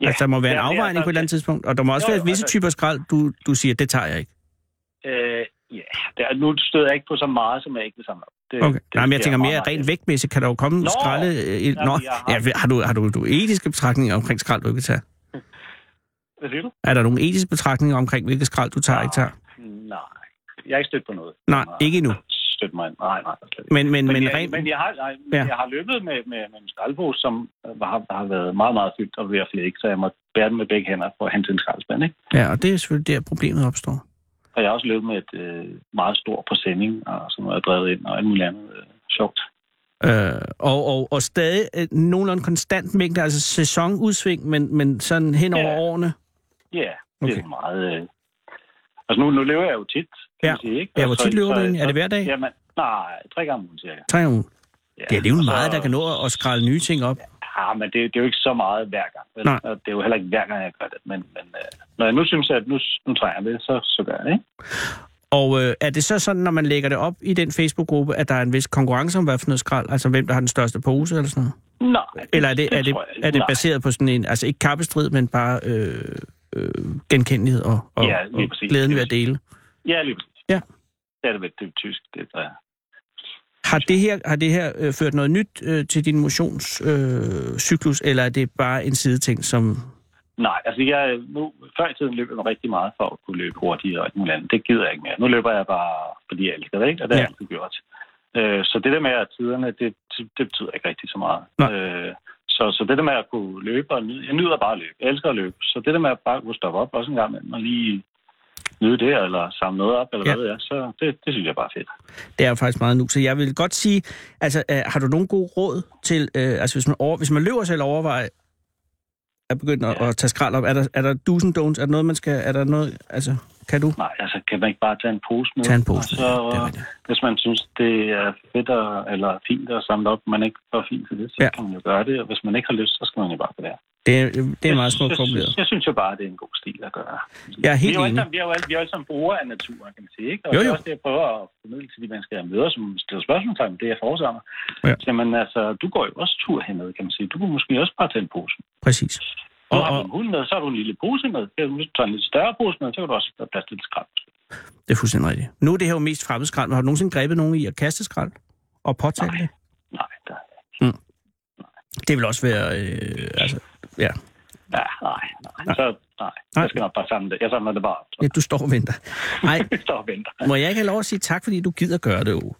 E: Ja. Altså, der må være en
F: Ja, ja,
E: afvejning
F: der-
E: på et eller andet tidspunkt, og der må også
F: Jo,
E: være
F: jo,
E: visse
F: altså-
E: typer skrald, du, du siger, det tager jeg ikke.
F: Øh, ja, der, nu støder jeg ikke på så meget, som jeg ikke vil samle op. Det,
E: Okay. Det, Nej, men jeg
F: sker
E: tænker mere
F: meget.
E: rent vægtmæssigt, kan der jo komme Nå,
F: Nå,
E: skralde... Øh,
F: jamen,
E: Nå,
F: jeg har-
E: ja, har, du, har du, du etiske betragtninger omkring skrald, du ikke tager?
F: Hvad siger du?
E: Er der nogle etiske betragtninger omkring, hvilket skrald, du tager og ikke tager?
F: Nej, jeg er ikke stødt på noget.
E: Nej, ikke endnu.
F: Stødt mig. ind. Nej, nej. slet ikke.
E: Men, men, men, men
F: Men, jeg,
E: rent...
F: men jeg, har, nej, men
E: Ja.
F: jeg har løbet med, med, med en skraldpose, som øh, har, har været meget, meget fyldt og ved at flække, så jeg må bære den med begge hænder for at hente en skraldespand. Ikke?
E: Ja, og det er selvfølgelig der, problemet opstår.
F: Og jeg har også løbet med et øh, meget stort præsending, og sådan noget, jeg drevet ind og alt muligt andet øh, sjovt.
E: Øh, og, og, og stadig øh, nogenlunde konstant mængde, altså sæsonudsving, men, men sådan hen over
F: Ja.
E: årene.
F: Ja, yeah, okay.
E: Okay.
F: det er meget... Øh, altså nu, nu løber jeg jo tit, kan
E: Ja.
F: man sige, ikke?
E: Ja,
F: Og
E: hvor
F: så-
E: tit løber
F: så-
E: du egentlig?
F: så-
E: Er det hver dag?
F: Jamen, nej, tre gange om ugen, cirka.
E: Tre gange om ugen.
F: Ja.
E: Det er alligevel
F: Og så-
E: meget, der kan nå at- at skralde nye ting op.
F: Ja, men det, det er jo ikke så meget hver gang. Vel?
E: Nej.
F: Og det er jo heller ikke hver gang, jeg gør det. Men, men øh, når jeg nu synes, at nu, nu trænger jeg det, så, så gør jeg det. Ikke?
E: Og øh, er det så sådan, når man lægger det op i den Facebook-gruppe, at der er en vis konkurrence om, hvad for noget skrald, altså hvem der har den største pose eller sådan noget?
F: Nej,
E: Eller er det, er det,
F: tror jeg ikke.
E: er det
F: Nej.
E: baseret på sådan en, altså ikke kappestrid, men bare øh, øh, genkendelighed og, og,
F: Ja, lige
E: og
F: præcis.
E: glæden ved at
F: Lige
E: dele?
F: Ja, lige præcis.
E: Ja.
F: Det er det vel, det er tysk. Det der.
E: Har det her, har det her øh, ført noget nyt øh, til din motionscyklus, øh, cyklus, eller er det bare en sideting, som...
F: Nej, altså jeg, nu, før i tiden løb jeg rigtig meget for at kunne løbe hurtigere og alt muligt andet. Det gider jeg ikke mere. Nu løber jeg bare, fordi jeg elsker det, ikke? og det har
E: Ja.
F: jeg altid gjort. Øh, så det der med at tiderne, det, det det betyder ikke rigtig så meget.
E: Nej.
F: Øh, så, så det der med at kunne løbe, og nyde, jeg nyder bare at løbe. Jeg elsker at løbe. Så det der med at bare kunne stoppe op også en gang imellem og lige nyde det, eller samle noget op, eller
E: Ja.
F: ja. hvad ved jeg, så det, det synes jeg bare er fedt.
E: Det er faktisk meget nu, så jeg vil godt sige, altså øh, har du nogle gode råd til, øh, altså hvis man, over, hvis man løber selv overveje at begynde at, at tage skrald op, er der, er der do's and don'ts, er der noget, man skal, er der noget, altså kan du?
F: Nej, altså kan man ikke bare tage en pose med?
E: Tag en pose med,
F: og så,
E: ja, det er rigtigt.
F: hvis man synes, det er fedt at, eller fint at samle op, man er ikke for fint til det, så
E: Ja.
F: ja. kan man jo gøre det. Og hvis man ikke har lyst, så skal man jo bare på det.
E: Det er, øh, det er meget smukt formuleret.
F: Jeg, jeg synes jo bare, det er en god stil at gøre.
E: Jeg er
F: vi,
E: helt
F: er jo alle
E: enig.
F: sammen, vi, er jo alle, vi er jo alle sammen brugere af naturen, kan man sige. Ikke? Og
E: Jo,
F: det
E: jo.
F: er også det, jeg prøver at formidle til de mennesker, jeg møder, som stiller spørgsmålstegn med det, jeg foreslår mig.
E: Ja.
F: Jamen altså, du går jo også tur hernede, kan man sige. Du kunne måske også bare tage en pose.
E: Præcis.
F: Nu
E: Og,
F: har du
E: og
F: en hund med, så har du en lille pose med. Hvis du tager en lidt større pose med, så kan du også have plads til lidt skrald.
E: det er fuldstændig rigtigt. Nu er det her jo mest fremmed skrald, men har du nogensinde grebet nogen i at kaste skrald og påtale det?
F: Nej, der,
E: Det vil også være, øh, altså, ja,
F: Ja, nej, nej. Så, nej.
E: Nej.
F: Jeg skal nok bare samle det. Jeg samler det bare op.
E: ja, du står og venter. Nej,
F: Jeg står og venter.
E: må jeg ikke have lov at sige tak, fordi du gider gøre det, Åge?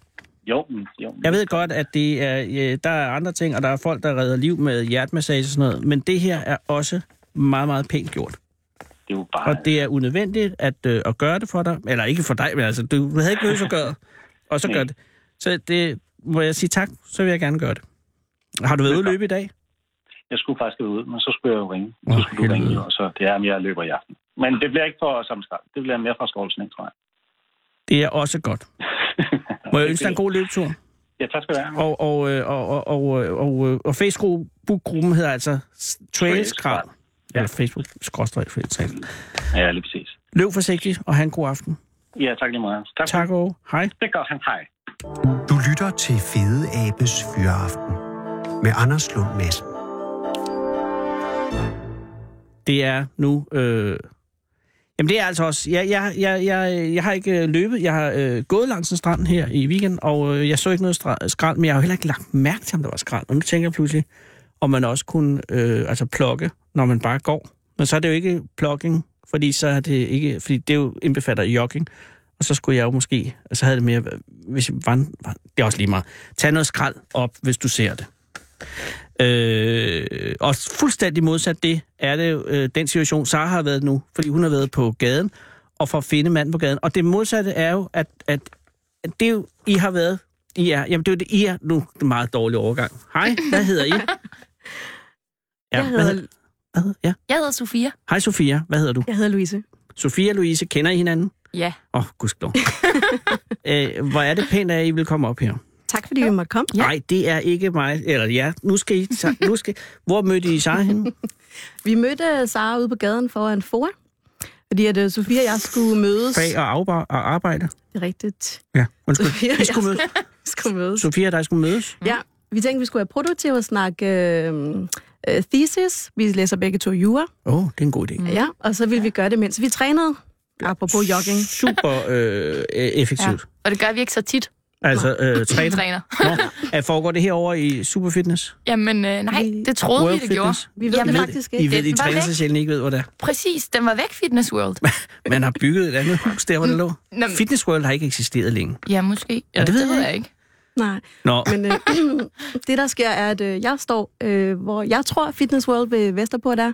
F: Jo, men- jo. men-
E: Jeg ved godt, at det er, øh, der er andre ting, og der er folk, der redder liv med hjertemassage og sådan noget, men det her er også meget, meget pænt gjort.
F: Det er jo bare...
E: Og det er unødvendigt at, øh, at gøre det for dig, eller ikke for dig, men altså, du havde ikke lyst til at gøre det, og så
F: Nej.
E: gør det. Så det, må jeg sige tak, så vil jeg gerne gøre det. Har du været ude at løbe i dag?
F: Jeg skulle faktisk ud, men så skulle jeg jo ringe.
C: Åh,
F: Så skulle du
C: helvede.
F: ringe, og så det er, om jeg løber i aften. Men det bliver ikke for samme start. Det bliver mere fra Skovlsen, tror jeg.
E: Det er også godt. Må jeg ønske dig en god løbetur?
F: Ja, tak skal du have.
E: Og, og, øh, og, og, og, øh, og, øh, og Facebook-gruppen hedder altså S- Trails Kral. Ja. Eller Facebook, skråstrej, Facebook.
F: Ja, lige præcis.
E: Løb forsigtigt, og have en god aften.
F: Ja, tak lige meget. Tak.
E: Tak og hej.
F: Det er godt. Hej.
C: Du lytter til Fede Abes Fyraften med Anders Lund Madsen.
E: Det er nu... Øh... Jamen det er altså også... Jeg, jeg, jeg, jeg, jeg har ikke øh, løbet. Jeg har øh, gået langs en strand her i weekenden, og øh, jeg så ikke noget stra- skrald, men jeg har jo heller ikke lagt mærke til, om der var skrald. Og nu tænker jeg pludselig, om man også kunne øh, altså plukke, når man bare går. Men så er det jo ikke plucking, fordi, så er det, ikke, fordi det jo indbefatter jogging. Og så skulle jeg jo måske... Så havde det mere... Hvis jeg, vand, vand, det er også lige meget. Tag noget skrald op, hvis du ser det. Øh, og fuldstændig modsat det, er det øh, den situation, Sara har været nu, fordi hun har været på gaden, og for at finde manden på gaden. Og det modsatte er jo, at, at at det er jo, I har været, I er, jamen det er jo det, I er, nu er det en meget dårlig overgang. Hej, hvad hedder I? Ja,
G: Jeg
E: hvad
G: hedder-
E: hedder, hvad hedder, ja.
G: Jeg hedder Sofia.
E: Hej Sofia, hvad hedder du?
G: Jeg hedder Louise.
E: Sofia og Louise, kender I hinanden?
G: Ja.
E: Åh, oh, gudskelov. øh, hvor er det pænt, at I vil komme op her.
H: Tak fordi vi måtte komme.
E: Nej, det er ikke mig, eller ja, nu skal I, nu skal, hvor mødte I Sara henne?
H: Vi mødte øh, Sara ude på gaden foran Fora, fordi at øh, Sofia og jeg skulle mødes.
E: fag og, afbar- og arbejde.
H: Det er rigtigt.
E: Ja, undskyld.
H: Sofia
E: Vi
H: og jeg
E: skulle mødes.
H: skulle mødes.
E: Sofia og dig skulle mødes.
H: Ja, vi tænkte, vi skulle være produktive og snakke øh, øh, thesis. Vi læser begge to jura.
E: Åh, oh, det er en god idé.
H: Mm. Ja, og så ville vi gøre det, mens vi trænede. Apropos jogging.
E: Super øh, effektivt. Ja.
G: Og det gør vi ikke så tit,
E: Altså, øh,
G: vi
E: træner.
G: træner.
E: Nå, er- foregår det herovre i Superfitness?
G: Jamen, øh, nej, det troede vi, det gjorde.
H: Vi ved
G: Jamen,
H: det faktisk
E: I
H: ikke.
E: ved, I
G: Den var
E: træner
G: væk.
E: sig sjældent I ikke ved, hvor det er.
G: Præcis, den var væk, Fitness World.
E: Man har bygget et andet hus der, hvor det lå.
G: Nå, men-
E: Fitness World har ikke eksisteret længe.
G: Ja, måske. Ja,
E: det ved jeg
G: jeg ikke.
H: Nej,
E: Nå,
H: men øh, det der sker er, at øh, jeg står, øh, hvor jeg tror Fitness World ved Vesterport er.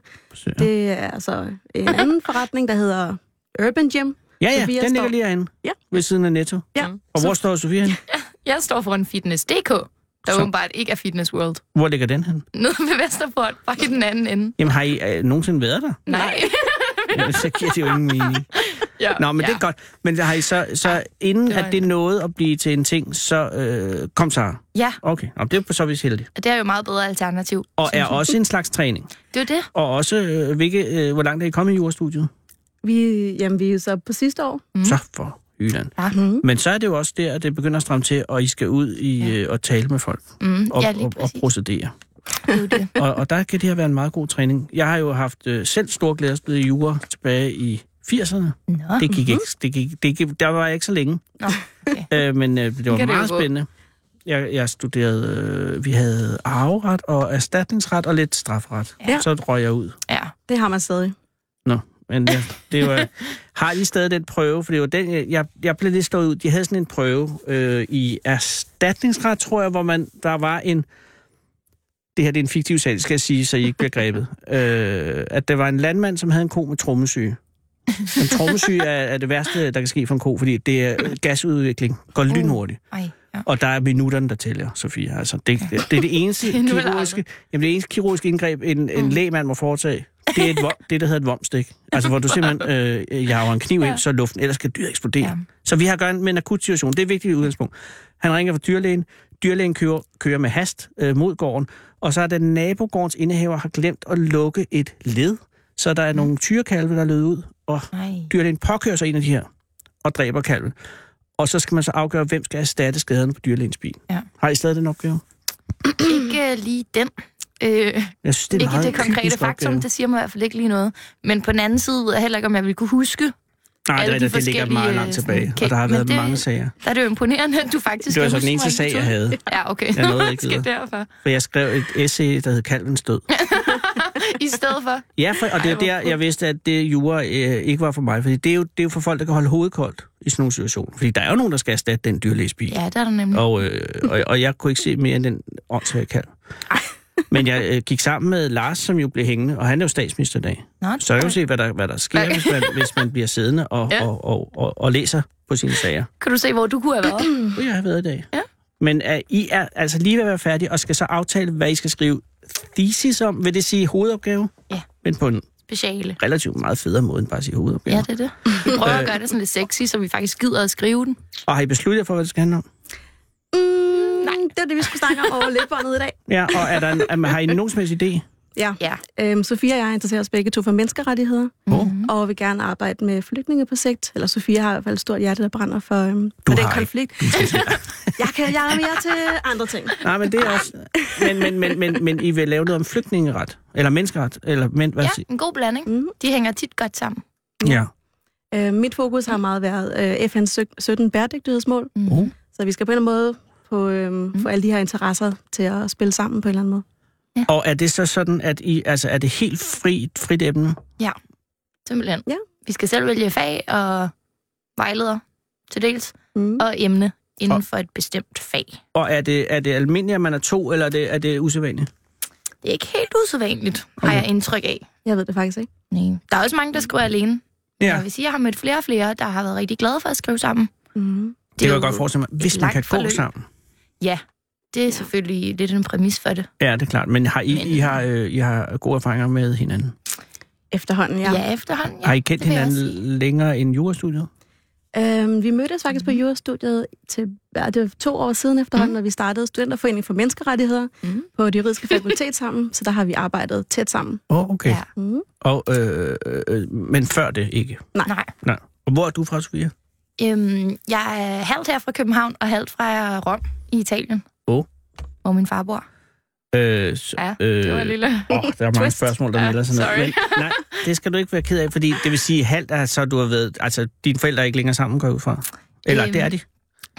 H: Det er altså en anden forretning, der hedder Urban Gym.
E: ja, ja,
H: Sofia
E: den ligger
H: står-
E: lige herinde.
H: Ja.
E: Ved siden af Netto.
H: Ja,
E: Og hvor står Sofia henne?
G: Jeg står foran Fitness.dk, der
E: Så.
G: åbenbart ikke er Fitness World.
E: Hvor ligger den henne?
G: Nede ved Vesterport, bare i den anden ende.
E: Jamen, har I øh, nogensinde været der?
G: Nej.
E: Ja, så giver det jo ingen mening.
G: ja.
E: Nå, men ja. det er godt. Men har I så, så inden
G: det var
E: at det nåede at blive til en ting, så øh, kom så.
G: Ja,
E: Okay, Nå, det er så vist heldigt.
G: og det er jo meget bedre alternativ.
E: Og
G: synes
E: er
G: jeg.
E: også en slags træning.
G: Det er jo det.
E: Og også, øh, hvilke, øh, hvor langt er I kommet i jordstudiet?
H: Vi, jamen, vi er jo så på sidste år.
G: Mhm.
H: Mhm.
E: Mm. Så for Jylland.
G: Ja.
E: Men så er det jo også der, at det begynder at stramme til, og I skal ud i, øh, og tale med folk.
G: Mm,
E: Og,
G: ja,
E: og,
G: lige
E: og
G: præcis.
E: procedere.
G: Det er jo det.
E: og, og der kan det her være en meget god træning. Jeg har jo haft øh, selv stor glæde af at spille jura tilbage i 80'erne.
G: Nå. mm-hmm.
E: Det gik ikke, det gik, det gik, der var jeg ikke så længe.
G: Nå, okay.
E: Øh, men øh, det var
G: kan det jo
E: meget
G: gå.
E: spændende. Jeg, jeg studerede, øh, vi havde arveret og erstatningsret og lidt strafferet.
H: Ja.
E: Så røg jeg ud.
G: Ja.
H: Det har man stadig.
E: Nå, men ja, det var, har de stadig den prøve? For det var den, jeg- jeg, jeg blev lidt stået ud. De havde sådan en prøve øh, i erstatningsret, tror jeg, hvor man, der var en... Det her det er en fiktiv sag, det skal jeg sige, så I ikke bliver grebet. Øh, at der var en landmand, som havde en ko med trommesyge. Men trommesyge er, er det værste, der kan ske for en ko, fordi det er gasudvikling. Går lynhurtigt.
G: Uh, Ej, ja.
E: Og der er minutterne, der tæller, Sofia. Altså, det, det, det er det eneste,
G: Det er Mm. nu eller
E: kirurgiske, jamen, det eneste kirurgiske indgreb, en, en lægmand må foretage. Det er et, vom- det, der hedder et vomstik. Altså, hvor du simpelthen øh, jager en kniv ind, så luften, ellers kan dyret eksplodere.
G: Ja.
E: Så vi har at gøre med en akut situation. Det er et vigtigt udgangspunkt. Han ringer fra dyrlægen. Dyrlægen kører, kører med hast øh, mod gården. Og så er den nabogårdens indehaver har glemt at lukke et led. Så der er nogle tyrekalve, der lød ud. Og
G: Nej.
E: dyrlægen påkører sig en af de her og dræber kalven. Og så skal man så afgøre, hvem skal erstatte skaderne på dyrlægens bil.
G: Ja.
E: Har I stadig den opgave?
G: Ikke øh, lige den. Øh,
E: Jeg synes, det er en
G: ikke
E: meget
G: det konkrete
E: kynisk
G: faktum,
E: opgave.
G: det siger mig i hvert fald ikke lige noget. Men på den anden side ved jeg heller ikke, om jeg ville kunne huske.
E: Nej, det,
G: alle
E: er
G: de
E: rigtigt, det ligger
G: forskellige,
E: meget langt
G: øh,
E: tilbage,
G: sådan,
E: og der har
G: okay,
E: været
G: men det-
E: mange sager.
G: Der er det jo imponerende, at du faktisk
E: Det var
G: kan
E: så den
G: huske
E: eneste sag,
G: ringmetoden.
E: jeg havde.
G: Ja, okay.
E: Jeg nåede ikke
G: Måske
E: videre.
G: derfor.
E: For jeg skrev et essay, der hed Kalvens Død.
G: I stedet for.
E: Ja, for, og det er
G: Ej, hvor
E: der, jeg vidste, at det jura øh, ikke var for mig. Fordi det er, jo, det er jo for folk, der kan holde hovedet koldt i sådan nogle situationer. Fordi der er jo nogen, der skal erstatte den dyrlæges bil.
G: Ja, der er der nemlig.
E: Og, øh, og, og jeg kunne ikke se mere end den åndssvage kalv. Men jeg øh, gik sammen med Lars, som jo blev hængende, og han er jo statsminister i dag.
G: Nå,
E: Så kan du
G: nej.
E: se, hvad der, hvad der sker, hvis man, hvis man bliver siddende og, ja.
G: Ja.
E: og, og, og, og læser på sine sager.
G: Kan du se, hvor du kunne have været?
E: Det jeg har været i dag.
G: Ja.
E: Men uh, I er altså lige ved at være færdige, og skal så aftale, hvad I skal skrive thesis om? Vil det sige hovedopgave?
G: Ja.
E: Men på en
G: Speciale.
E: relativt meget federe måde end bare at sige hovedopgave. Øh.
G: Ja, det er det. Vi prøver at gøre det sådan lidt sexy, så vi faktisk gider at skrive den.
E: Og har I besluttet jer for, hvad det skal handle om?
H: Mm, Nej. Det var det, vi skulle snakke om over læbåndet i dag.
E: Ja, og er der en, er, har I nogen som helst idé?
H: Ja.
G: Ja.
H: Øhm, Sofia og jeg interesserer os begge to for menneskerettigheder,
G: Mhm.
E: Mm-hmm.
H: og vil gerne arbejde med flygtninge på sigt. Eller Sofia har i hvert fald et stort hjerte, der brænder for, øhm, for den
E: har ikke.
H: konflikt. jeg, kan, jeg er mere til andre ting.
E: Nej, men det er også... Men, men, men, men, men I vil lave noget om flygtningeret? Eller menneskeret? Eller men, hvad
G: Ja,
E: sig-
G: en god blanding.
H: Mm.
G: De hænger tit godt sammen.
E: ja.
H: Øh, mit fokus har meget været øh, FN's syg- 17 bæredygtighedsmål,
E: Uh.
G: Mm.
H: så vi skal på en eller anden måde på, øhm,
G: Mhm.
H: få alle de her interesser til at spille sammen på en eller anden måde.
E: Og er det så sådan, at I... Altså, er det helt fri, frit emne?
G: Simpelthen.
H: Ja.
G: Vi skal selv vælge fag og vejleder til dels,
H: Mm.
G: og emne inden for et bestemt fag.
E: Og er det, er det almindeligt, at man er to, eller er det, er det usædvanligt?
G: Det er ikke helt usædvanligt, har jeg indtryk af.
H: Jeg ved det faktisk ikke.
G: Nej. Der er også mange, der skriver alene. Ja. Jeg
E: Ja,
G: vil sige, jeg har mødt flere og flere, der har været rigtig glade for at skrive sammen.
H: Mm.
E: det kan
G: er
E: jeg
G: jo-
E: godt forestille mig. Hvis
G: et
E: man kan
G: langt
E: gå
G: forløb.
E: sammen.
G: Ja, det er selvfølgelig lidt en præmis for det.
E: Ja, det er klart. Men har I,
G: Men-
E: I, har, øh, I har gode erfaringer med hinanden?
H: Efterhånden, ja.
G: Ja, ja efterhånden. Ja,
E: har I kendt
G: det vil jeg
E: hinanden
G: sige.
E: længere end jurastudiet?
H: Øhm, vi mødtes faktisk på
G: Mhm.
H: jurastudiet til ja, det var to år siden efterhånden, mm. når vi startede Studenterforeningen for Menneskerettigheder
G: Mhm.
H: mm. på det juridiske fakultet sammen, så der har vi arbejdet tæt sammen.
E: Åh, oh, okay.
G: Ja.
E: Ja.
H: Mm.
E: Og, øh, øh, øh, men før det ikke?
G: Nej.
E: Nej. Og hvor er du fra, Sofia?
G: Øhm, jeg er halvt her fra København og halvt fra Rom i Italien.
E: Åh.
G: Hvor min far bor.
E: Øh, s-
G: Ja, det var en lille...
E: Åh, oh, der er mange
G: Twist.
E: spørgsmål, der
G: Ja,
E: melder sig ned.
G: sorry.
E: Men, nej, det skal du ikke være ked af, fordi det vil sige halvt, er så du har været... Altså, dine forældre er ikke længere sammen, går jeg ud fra. Eller
G: Øhm,
E: det er de.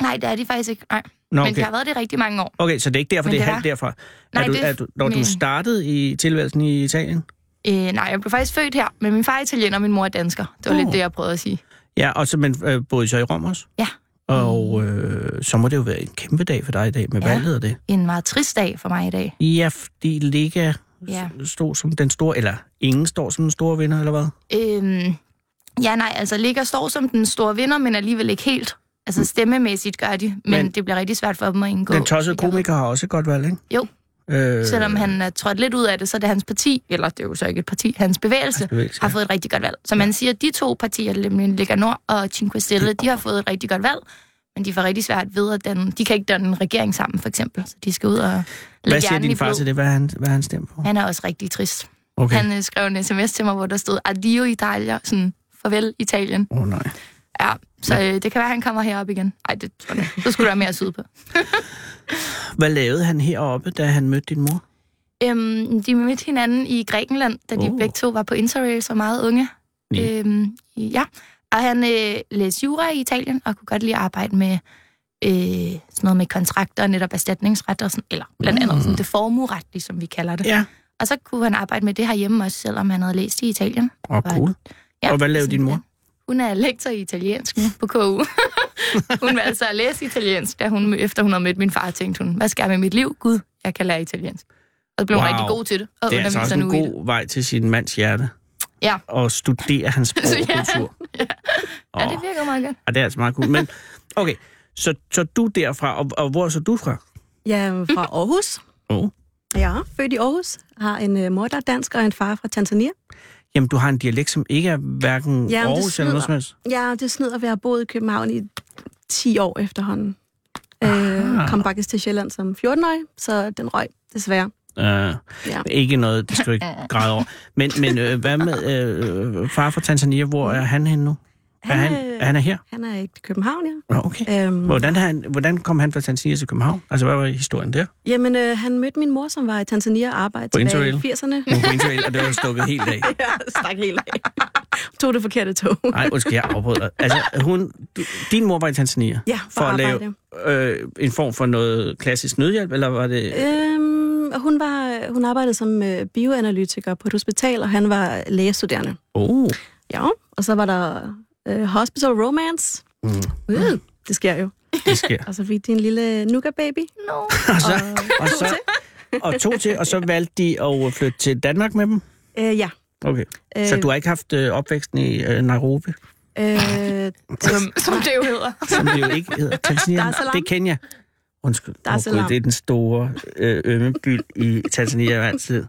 G: Nej, det er de faktisk ikke. Nej.
E: Nå,
G: Men jeg
E: okay.
G: har været det i rigtig mange år.
E: Okay, så det er ikke derfor,
G: Men
E: det er
G: det
E: halvt
G: var-
E: derfra.
G: Nej,
E: er du,
G: det-
E: er du, når du
G: men-
E: startede i tilværelsen i Italien?
G: Øh, nej, jeg blev faktisk født her, men min far er italiener, og min mor er dansker. Det
E: Åh.
G: var lidt det, jeg prøvede at sige.
E: Ja, og så men, øh, boede I så i Rom også?
G: Ja.
E: Og øh, så må det jo være en kæmpe dag for dig i dag med
G: Ja.
E: valget og det.
G: En meget trist dag for mig i dag.
E: Ja, fordi Lega
G: Ja.
E: ja. stod som den store, eller ingen står som den store vinder, eller hvad?
G: Øhm, ja, nej, altså Ligger står som den store vinder, men alligevel ikke helt. Altså stemmemæssigt gør de, men,
E: Men-
G: men det bliver rigtig svært for dem at indgå.
E: Den tossede
G: i det.
E: komiker har også et godt valg, ikke?
G: Jo.
E: Øh,
G: Selvom han er trådt lidt ud af det, så er det hans parti, eller det er jo så ikke et parti, hans bevægelse,
E: Hans bevægelse,
G: har
E: ja.
G: fået et rigtig godt valg. Så man siger, at de to partier, nemlig Lega Nord og Cinque Stelle, de har fået et rigtig godt valg, men de får rigtig svært ved at danne, de kan ikke danne en regering sammen, for eksempel. Så de skal ud og lægge
E: Hvad siger
G: hjernen i
E: din far
G: blod.
E: til det? Hvad er han, hvad er han stemt på?
G: Han er også rigtig trist.
E: Okay.
G: Okay.
E: Åh,
G: Han øh, skrev en sms til mig, hvor der stod, Adio Italia, sådan, farvel Italien.
E: oh, nej.
G: Ja, så øh, det kan være, at han kommer herop igen. Ej, det tror jeg ikke. Så skulle der mere syd på.
E: Hvad lavede han heroppe, da han mødte din mor?
G: Øhm, de mødte hinanden i Grækenland, da de
E: Oh.
G: oh. begge to var på interrail, så meget unge.
E: Ja.
G: Øhm, ja, og han øh, læste jura i Italien, og kunne godt lide at arbejde med øh, sådan noget med kontrakter og netop erstatningsret, og sådan, eller blandt andet sådan det formueretlige, som vi kalder det.
E: Mm. Ja.
G: Og så kunne han arbejde med det herhjemme også, selvom han havde læst i Italien.
E: Åh, oh, cool.
G: Ja,
E: Og hvad lavede
G: sådan,
E: din mor?
G: ja. Hun er lektor i italiensk nu på KU. hun var altså at læse italiensk, da hun, mø- efter hun havde mødt min far, tænkte hun, hvad skal jeg med mit liv? Gud, jeg kan lære italiensk. Og så blev hun
E: Wow.
G: rigtig god til det, og
E: Det er altså
G: underviser
E: også en
G: nu i det.
E: god vej til sin mands hjerte.
G: Ja.
E: Og studere hans sprog
G: Så
E: og
G: ja.
E: kultur.
G: Ja, det virker meget godt.
E: Ja, det er altså meget cool. Men, okay, så, så du derfra, og, og hvor er så du fra?
H: Jeg er fra Aarhus.
E: Oh.
H: Ja, født i Aarhus. Har en øh, mor, der er dansk, og en far fra Tanzania.
E: Jamen, du har en dialekt, som ikke er hverken
H: det
E: ja, Aarhus eller
H: snyder.
E: noget som helst.
H: Ja, det snyder ved at have boet i København i 10 år efterhånden. Øh, kom faktisk til Sjælland som 14-årig, så den røg desværre.
E: Uh,
H: Ja.
E: ikke noget, det skal du ikke græde over. Men, men øh, hvad med øh, far fra Tanzania? Hvor er han henne nu? Han, er
H: Han,
E: han,
H: øh,
E: han er her?
H: Han er ikke i København, ja.
E: Nå, Okay.
H: Øhm,
E: Hvordan, han, hvordan kom han fra Tanzania til København? Altså, hvad var historien der?
H: Jamen, øh, han mødte min mor, som var i Tanzania og arbejdede
E: På
H: tilbage
E: interrail?
H: i 80'erne.
E: Hun var på interrail, og det var stukket helt af.
H: ja, stak helt af. Tog det forkerte tog.
E: Nej, undskyld, jeg afbrød dig. Altså, hun, du, din mor var i Tanzania?
H: Ja,
E: For at lave
H: arbejde.
E: øh, en form for noget klassisk nødhjælp, eller var det...
H: Øhm, og hun, var, hun arbejdede som øh, bioanalytiker på et hospital, og han var lægestuderende.
E: Oh,
H: Ja, og så var der øh, hospital romance.
E: Mm.
H: Øh, det sker jo.
E: det sker.
H: Og så fik de en lille nuka baby.
G: No.
E: Og så, og så, og to til, og så valgte de at flytte til Danmark med dem?
H: Øh, ja.
E: Okay.
H: Øh,
E: Så du har ikke haft øh, opvæksten i øh, Nairobi,
H: Øh,
G: Som, som det jo hedder.
E: som det jo ikke hedder Tanzania?
H: Dar es Salaam.
E: Det er Kenya. Undskyld.
H: Dar
E: Åh,
H: es Salaam.
E: det er den store øh, ømme by i Tanzania jo altid.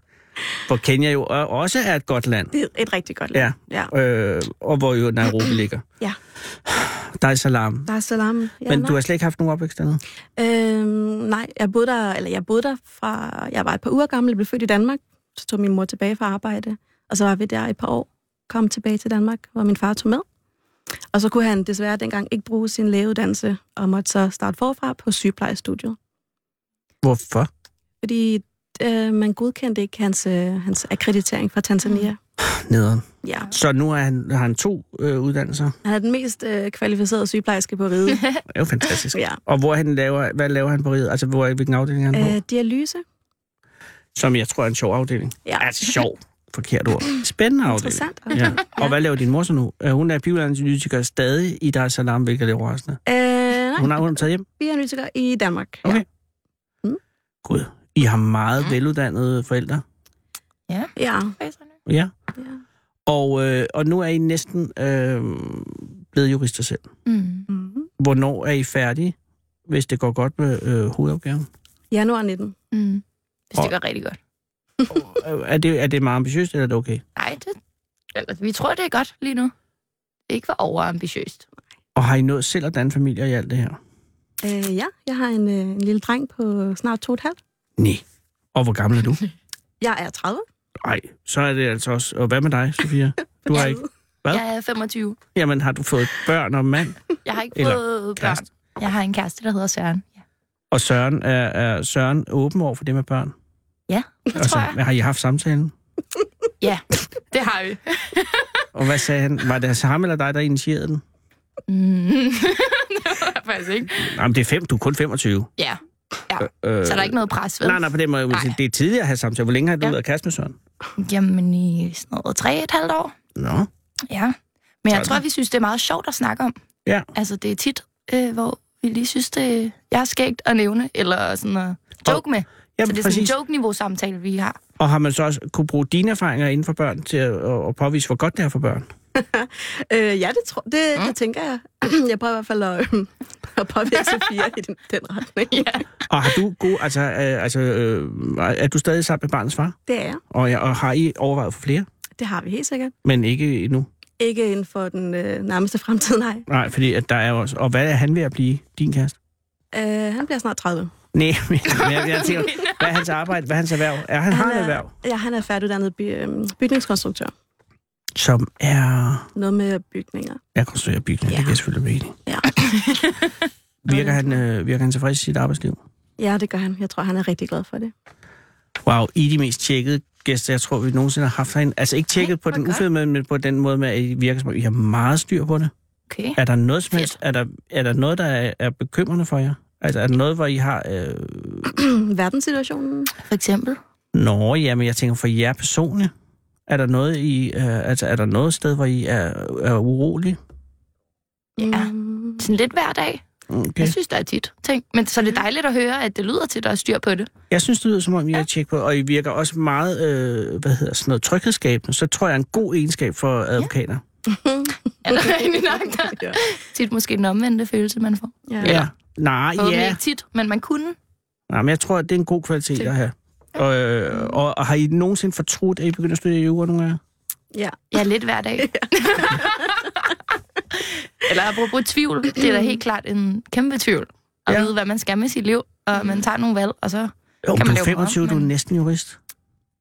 E: Hvor Kenya jo er- også er et godt land.
H: Det er et rigtig godt
E: Ja.
H: land. Ja.
E: Øh, og hvor jo Nairobi ligger.
H: Ja.
E: Dar es Salaam.
H: Der er salam. Ja,
E: Men
H: nej.
E: du har slet ikke haft nogen opvækst dernede?
H: Øhm, nej, jeg boede der, eller jeg boede der fra, jeg var et par uger gammel, jeg blev født i Danmark, så tog min mor tilbage fra arbejde, og så var vi der et par år, kom tilbage til Danmark, hvor min far tog med. Og så kunne han desværre dengang ikke bruge sin lægeuddannelse, og måtte så starte forfra på sygeplejestudiet,
E: Hvorfor?
H: fordi øh, man godkendte ikke hans, øh, hans akkreditering fra Tanzania.
E: Mm. Nederen.
H: Ja,
E: Så nu er han, har han to øh, uddannelser.
H: han er den mest øh, kvalificerede sygeplejerske på riget.
E: Det er jo fantastisk.
H: ja.
E: Og hvor han laver, hvad laver han på riget? Altså, hvor, hvilken afdeling er han på?
H: Øh, dialyse,
E: Som jeg tror er en sjov afdeling.
H: Ja.
E: Altså, sjov. Forkert ord. Spændende afdeling.
H: interessant.
E: Ja. Og hvad laver din mor så nu? Øh, Hun er bioanalytiker stadig i Dar es Salaam, hvilket er overraskende.
H: Øh, nej,
E: Hun har hun er taget hjem?
H: vi er analytikere i Danmark.
E: Okay.
H: Mm.
E: Gud, I har meget veluddannede forældre.
H: Ja.
E: Ja.
H: ja.
E: Og, øh, og nu er I næsten øh, blevet jurister selv.
G: Mm.
H: Mm-hmm.
E: Hvornår er I færdige, hvis det går godt med øh, hovedopgaven?
H: Januar 19.
G: Mm. Hvis det
E: Og-
G: går rigtig godt.
E: Øh, Er det, er det meget ambitiøst, eller er det okay?
G: Nej, det, eller, vi tror, det er godt lige nu. Det er ikke for overambitiøst.
E: Og har I nået selv at danne familier i alt det her?
H: Øh, ja, jeg har en, øh, en lille dreng på snart to og et halvt.
E: Nej. Og hvor gammel er du?
H: Jeg er 30.
E: Nej, så er det altså også... Og hvad med dig, Sofia? Du har ikke... Hvad?
G: Jeg er 25.
E: Jamen, har du fået børn og mand?
G: Jeg har ikke
E: Eller
G: fået
E: kæreste.
G: børn. Jeg har en kæreste, der hedder Søren. Ja,
E: Og Søren er, er Søren åben over for det med børn?
G: ja det
E: Og så,
G: tror jeg.
E: Har I haft samtalen?
G: Ja, det har vi.
E: Og hvad sagde han? Var det altså ham eller dig, der initierede den?
G: Mm. det var jeg faktisk ikke.
E: Jamen, det er fem. Du er kun 25.
G: Ja,
E: Øh,
G: så er der ikke noget pres, vel?
E: Nej, nej, på den måde.
G: Nej.
E: Nej. Det er tidligere at have samtale. Hvor længe har du
G: Ja.
E: ja. været kæreste med Søren?
G: Jamen i sådan noget tre et halvt år.
E: Nå.
G: Ja. Men jeg
E: Sådan.
G: tror, vi synes, det er meget sjovt at snakke om.
E: Ja.
G: Altså, det er tit, øh, hvor vi lige synes, det jeg er skægt at nævne, eller sådan at joke med. så
E: Jamen,
G: det er sådan
E: præcis.
G: en joke-niveau-samtale, vi har.
E: Og har man så også kunne bruge dine erfaringer inden for børn til at, at at påvise, hvor godt det er for børn?
H: Øh, ja, det, tror, det, mm. det tænker jeg. jeg prøver i hvert fald at, øh, at påvirke Sofia i den, den retning. Ja.
E: Og har du gode, altså, øh, altså øh, er du stadig sammen med barnets far?
H: Det er jeg.
E: Og, ja, og har I overvejet for flere?
H: Det har vi helt sikkert.
E: Men ikke endnu.
H: Ikke inden for den øh, nærmeste fremtid, nej.
E: Nej, fordi at der er jo også... Og hvad er han ved at blive, din kæreste?
H: Øh, han bliver snart 30.
E: Nej, men jeg, jeg tænker, hvad er hans arbejde? Hvad er hans erhverv? Er han, har et
H: er,
E: erhverv,
H: Ja, han er færdiguddannet by, øh, bygningskonstruktør.
E: som er...
H: Noget med bygninger.
E: Jeg konstruerer bygninger, ja.
H: Ja.
E: det kan jeg selvfølgelig være enig. i.
H: Ja.
E: Virker han, øh, virker han tilfreds i sit arbejdsliv?
H: ja, det gør han. Jeg tror, han er rigtig glad for det.
E: Wow, I er de mest tjekkede gæster, jeg tror, vi nogensinde har haft herinde. Altså ikke tjekket på
G: hvor
E: den
G: godt.
E: ufede, men men på den måde med, at I virker som om, I har meget styr på det.
G: Okay.
E: Er der noget som helst, er der, er der noget, der er, er bekymrende for jer? Altså er der noget, hvor I har... Øh...
H: Verdenssituationen.
G: For eksempel.
E: Nå, ja, men jeg tænker for jer personligt. Er der noget, I, øh, altså, er der noget sted, hvor I er, er urolige?
G: Ja.
H: Mm,
G: Sådan lidt hver dag.
E: Okay. Mm.
G: Jeg synes, der er tit ting. Men så er det dejligt at høre, at det lyder til, at der er styr på det.
E: Jeg synes, det lyder som om, I har tjek på, og I virker også meget, øh, hvad hedder sådan noget, tryghedsskabende. Så tror jeg er en god egenskab for advokater.
G: Ja, det er egentlig nok der.
H: Ja.
G: Tit måske den omvendte følelse, man får.
H: Ja.
E: Nej,
G: Forhåbentlig
E: ja.
G: ikke tit, men man kunne.
E: Nej, men jeg tror, det er en god kvalitet at have. Og, øh, og, og har I nogensinde fortrudt, at I begyndte at studere jura nogle af jer?
H: ja.
G: Ja, lidt hver dag. Eller apropos tvivl. Det er da helt klart en kæmpe tvivl.
E: Ja.
G: At ja. Mhm. vide, hvad man skal med sit liv. Og man tager nogle valg, og så...
E: Jo,
G: Kan
E: du
G: man
E: er
G: lave
E: 25,
G: om,
E: du er
G: men-
E: næsten jurist.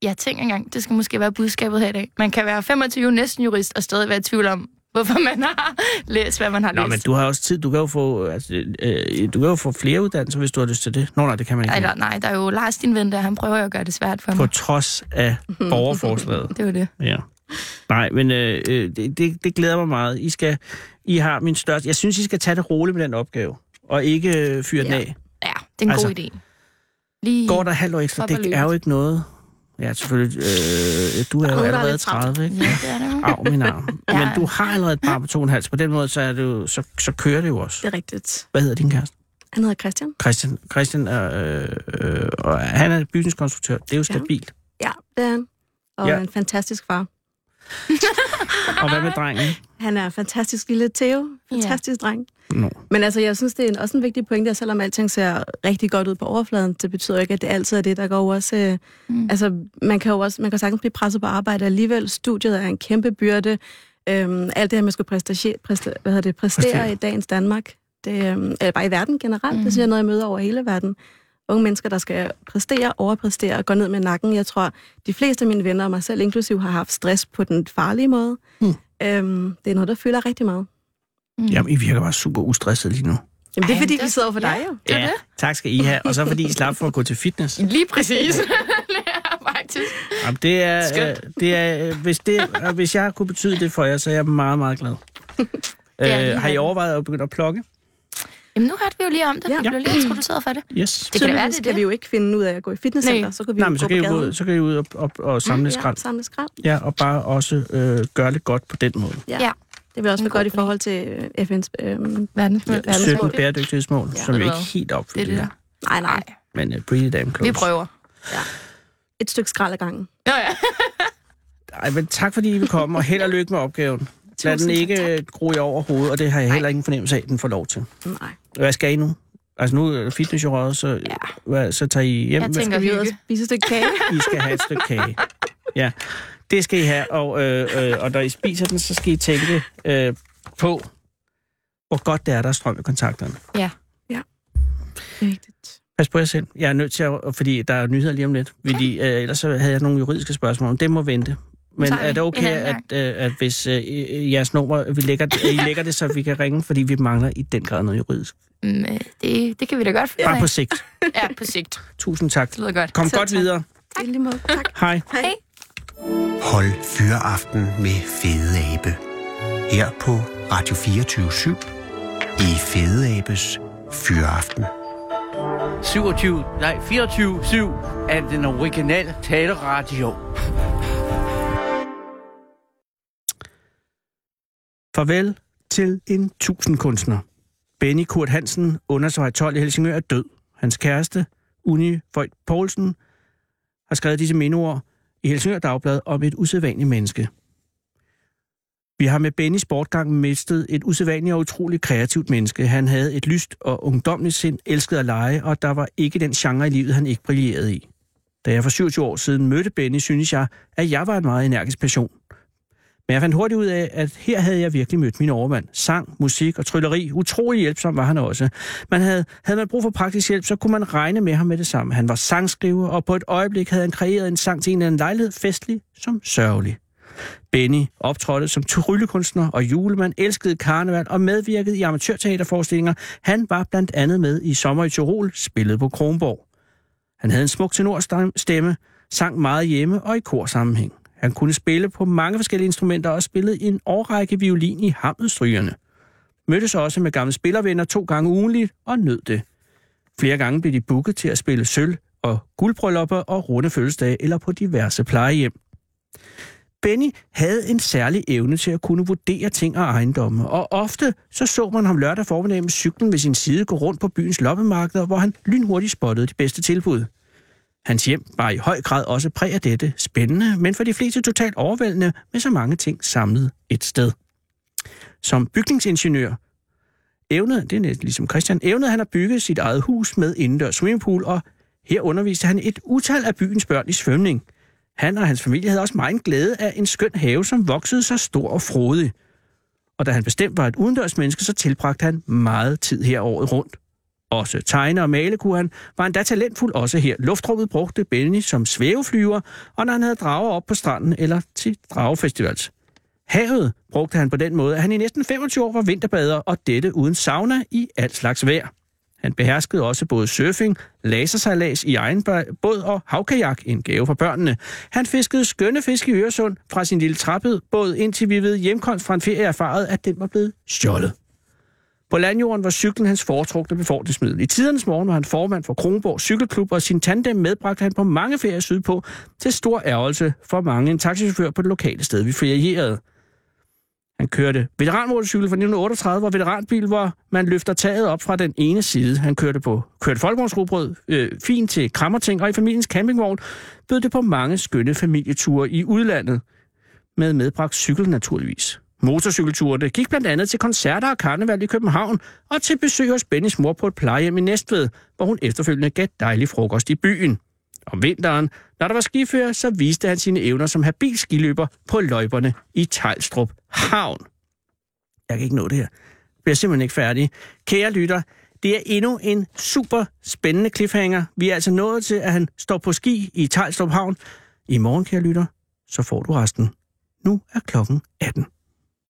G: Ja, tænk engang. Det skal måske være budskabet her i dag. Man kan være 25 næsten jurist og stadig være i tvivl om, hvorfor man har læst, hvad man har
E: Nå,
G: læst.
E: men du har også tid. Du kan jo få, altså, øh, du kan jo få flere uddannelser, hvis du har lyst til det. Nå, nej, det kan man ikke.
G: Eller, nej, der er jo Lars, din ven, der han prøver jo at gøre det svært for
E: På
G: mig.
E: trods af borgerforslaget.
G: Det var det.
E: Ja. Nej, men øh, øh, det, det, det glæder mig meget. I, skal, I har min største... Jeg synes, I skal tage det roligt med den opgave, og ikke øh, fyre ja. den
H: Ja.
E: af.
G: Ja, det er en
E: Altså,
G: god idé. Lige...
E: Går der halvt år ekstra?
G: Op ad
E: Det
G: løbet.
E: er jo ikke noget... Ja, selvfølgelig. Øh, du er jo
H: der er
E: allerede
H: lidt travlt.
E: 30, ikke?
G: Ja, det er det jo.
E: Av min arm.
G: Ja.
E: Men du har allerede et par på to og en halv. så På den måde, så, er det jo, så, så kører det jo
H: Det
E: også.
H: er rigtigt.
E: Hvad hedder din kæreste?
H: Han hedder Christian.
E: Christian. Christian er, øh, øh, og han er bygningskonstruktør. Det er jo
H: Ja.
E: stabilt.
H: Ja, det er han. Og
E: Ja.
H: ja. en fantastisk far.
E: Og hvad med drengen?
H: Mm. Han er en fantastisk lille Theo. Fantastisk ja. dreng.
E: Nå.
H: Men altså, jeg synes, det er en, også en vigtig pointe, at selvom alting ser rigtig godt ud på overfladen, det betyder jo ikke, at det altid er det, der går jo også... Mm. Altså, man kan jo også, man kan sagtens blive presset på arbejde alligevel. Studiet er en kæmpe byrde. Øhm, alt det her, man skulle præstere, præstere, hvad hedder det, præstere,
E: Præstere.
H: præstere i dagens Danmark, det, øhm, eller bare i verden generelt, mm. det siger noget, jeg møder over hele verden. Unge mennesker, der skal præstere, overpræstere og gå ned med nakken. Jeg tror, de fleste af mine venner, og mig selv inklusiv, har haft stress på den farlige måde. Mm. Øhm, det er noget, der fylder rigtig meget.
E: Jamen, I virker bare super ustresset lige nu.
H: Jamen, det er
G: Ej,
H: fordi,
G: men
H: vi
G: det-
H: sidder over for dig,
G: ja.
H: jo.
G: Det er det.
E: tak skal I have. Og så fordi I slap for at gå til fitness.
G: Lige præcis. det er faktisk.
E: Jamen, det er, øh,
G: Skønt.
E: det er, øh, hvis, det, og hvis jeg kunne betyde det for jer, så er jeg meget, meget glad.
G: er
E: Øh,
G: lige
E: har I
G: meget.
E: overvejet at begynde at plukke?
G: Jamen, nu hørte vi jo lige om det.
H: Ja.
G: Ja. Vi blev lige introduceret for det.
E: Yes.
G: Det kan da være, det
H: Tydeligvis
G: er
H: kan
G: det.
H: vi jo ikke finde ud af at gå i fitnesscenter,
G: Nej.
H: så kan vi
E: Nej,
H: jo
E: men så
H: gå
E: kan, I
H: på
E: ud,
H: gaden.
E: så kan I ud og, og, og
G: Mm,
E: samle skrald.
H: Ja, samle skrald.
E: Ja, og bare også øh, gøre det godt på den måde.
G: Ja.
H: Det vil også
G: En
H: være godt i
G: god idé.
H: forhold til øh, FN's... Øh,
G: Verdens, ja.
E: 17 bæredygtighedsmål, ja, som
G: ved
E: jo
G: du
E: ikke
G: hvad?
E: helt
G: Det er
E: opfylder.
G: det der.
H: nej, nej.
E: Men uh, pretty damn close.
G: Vi prøver.
H: Et stykke skrald ad gangen.
G: Ja, ja.
E: Ej, men tak fordi I vil komme, og held og lykke med opgaven. Lad den
G: Tusind
E: ikke øh, gro jer over hovedet, og det har jeg heller ingen fornemmelse af, at den får lov til.
H: Nej.
E: Hvad skal I nu? Altså nu er fitness jo røget, så, ja. hvad, så tager I hjem.
G: Jeg
E: Hvad-
G: tænker
H: Skal vi ud og
G: hygge.
H: spise et stykke kage?
E: I skal have et stykke kage. Ja, det skal I have. Og, øh, øh, og når I spiser den, så skal I tænke øh, på, hvor godt det er, der er strøm i kontakterne.
H: Rigtigt.
E: Pas på jer selv. Jeg er nødt til at, fordi der er nyheder lige om lidt. Fordi, øh, ellers så havde jeg nogle juridiske spørgsmål. men Det må vente. Men
G: tager vi
E: er det
G: en
E: okay,
G: anden
E: at,
G: gang.
E: øh, at hvis øh, øh, jeres nummer, vi lægger, det- I lægger det, så vi kan ringe, fordi vi mangler i den grad noget juridisk.
G: Mm, øh, det, det kan vi da godt finde ud
E: Bare på
G: af.
E: sigt.
G: Ja, på sigt.
E: Tusind tak.
G: Det lyder godt.
E: Kom
H: Selv
E: godt
H: tak.
E: videre.
H: I lige måde. Tak.
E: Hej.
H: Hej.
C: Hold Fyraften med Fede Abe. Her på Radio 24 i Fede Abes Fyraften.
B: 27, nej, 24-7 af den originale taleradio.
E: Farvel til en tusindkunstner. Benny Kurt Hansen, undersøger 12 i Helsingør, er død. Hans kæreste, Unni Føjt Poulsen, har skrevet disse mindeord i Helsingør Dagblad om et usædvanligt menneske. Vi har med Bennys bortgang mistet et usædvanligt og utroligt kreativt menneske. Han havde et lyst og ungdomligt sind, elskede at lege, og der var ikke den genre i livet, han ikke brillerede i. Da jeg for 27 år siden mødte Benny, synes jeg, at jeg var en meget energisk person. Men jeg fandt hurtigt ud af, at her havde jeg virkelig mødt min overmand. Sang, musik og trylleri. Utrolig hjælpsom var han også. Man havde, havde man brug for praktisk hjælp, så kunne man regne med ham med det samme. Han var sangskriver, og på et øjeblik havde han kreeret en sang til en eller anden lejlighed, festlig som sørgelig. Benny optrådte som tryllekunstner og julemand, elskede karneval og medvirkede i amatørteaterforestillinger. Han var blandt andet med i Sommer i Tirol, spillet på Kronborg. Han havde en smuk tenorstemme, sang meget hjemme og i korsammenhæng. Han kunne spille på mange forskellige instrumenter og spillede en årrække violin i Hammelstrygerne. Mødtes også med gamle spillervenner to gange ugenligt og nød det. Flere gange blev de booket til at spille sølv og guldbryllupper og runde fødselsdage eller på diverse plejehjem. Benny havde en særlig evne til at kunne vurdere ting og ejendomme, og ofte så så man ham lørdag formiddag med cyklen ved sin side gå rundt på byens loppemarkeder, hvor han lynhurtigt spottede de bedste tilbud. Hans hjem var i høj grad også præg af dette spændende, men for de fleste totalt overvældende med så mange ting samlet et sted. Som bygningsingeniør evnede, det er næsten ligesom Christian, evnede han at bygge sit eget hus med indendørs swimmingpool, og her underviste han et utal af byens børn i svømning. Han og hans familie havde også meget glæde af en skøn have, som voksede så stor og frodig. Og da han bestemt var et udendørsmenneske, så tilbragte han meget tid her året rundt. Også tegne og male kunne han, var endda talentfuld også her. Luftrummet brugte Benny som svæveflyver, og når han havde drager op på stranden eller til dragefestivals. Havet brugte han på den måde, at han i næsten 25 år var vinterbader, og dette uden sauna i alt slags vejr. Han beherskede også både surfing, lasersejlads i egen ba- båd og havkajak, en gave for børnene. Han fiskede skønne fisk i Øresund fra sin lille trappebåd, indtil vi ved hjemkomst fra en ferie erfarede, at den var blevet stjålet. På landjorden var cyklen hans foretrukne befordringsmiddel. I tidernes morgen var han formand for Kronborg Cykelklub, og sin tandem medbragte han på mange ferier sydpå til stor ærgelse for mange en taxichauffør på det lokale sted, vi ferierede. Han kørte veteranmotorcykel fra 1938, hvor veteranbil, hvor man løfter taget op fra den ene side. Han kørte på kørte folkevognsrugbrød, øh, fint til krammerting, og i familiens campingvogn bød det på mange skønne familieture i udlandet. Med medbragt cykel naturligvis. motorcykeltur. Det gik blandt andet til koncerter og karneval i København, og til besøg hos Bennys mor på et plejehjem i Næstved, hvor hun efterfølgende gav dejlig frokost i byen. Om vinteren, når der var skifører, så viste han sine evner som habil skiløber på løjperne i Tejlstrup Havn. Jeg kan ikke nå det her. Jeg bliver simpelthen ikke færdig. Kære lytter, det er endnu en super spændende cliffhanger. Vi er altså nået til, at han står på ski i Tejlstrup Havn. I morgen, kære lytter, så får du resten. Nu er klokken 18.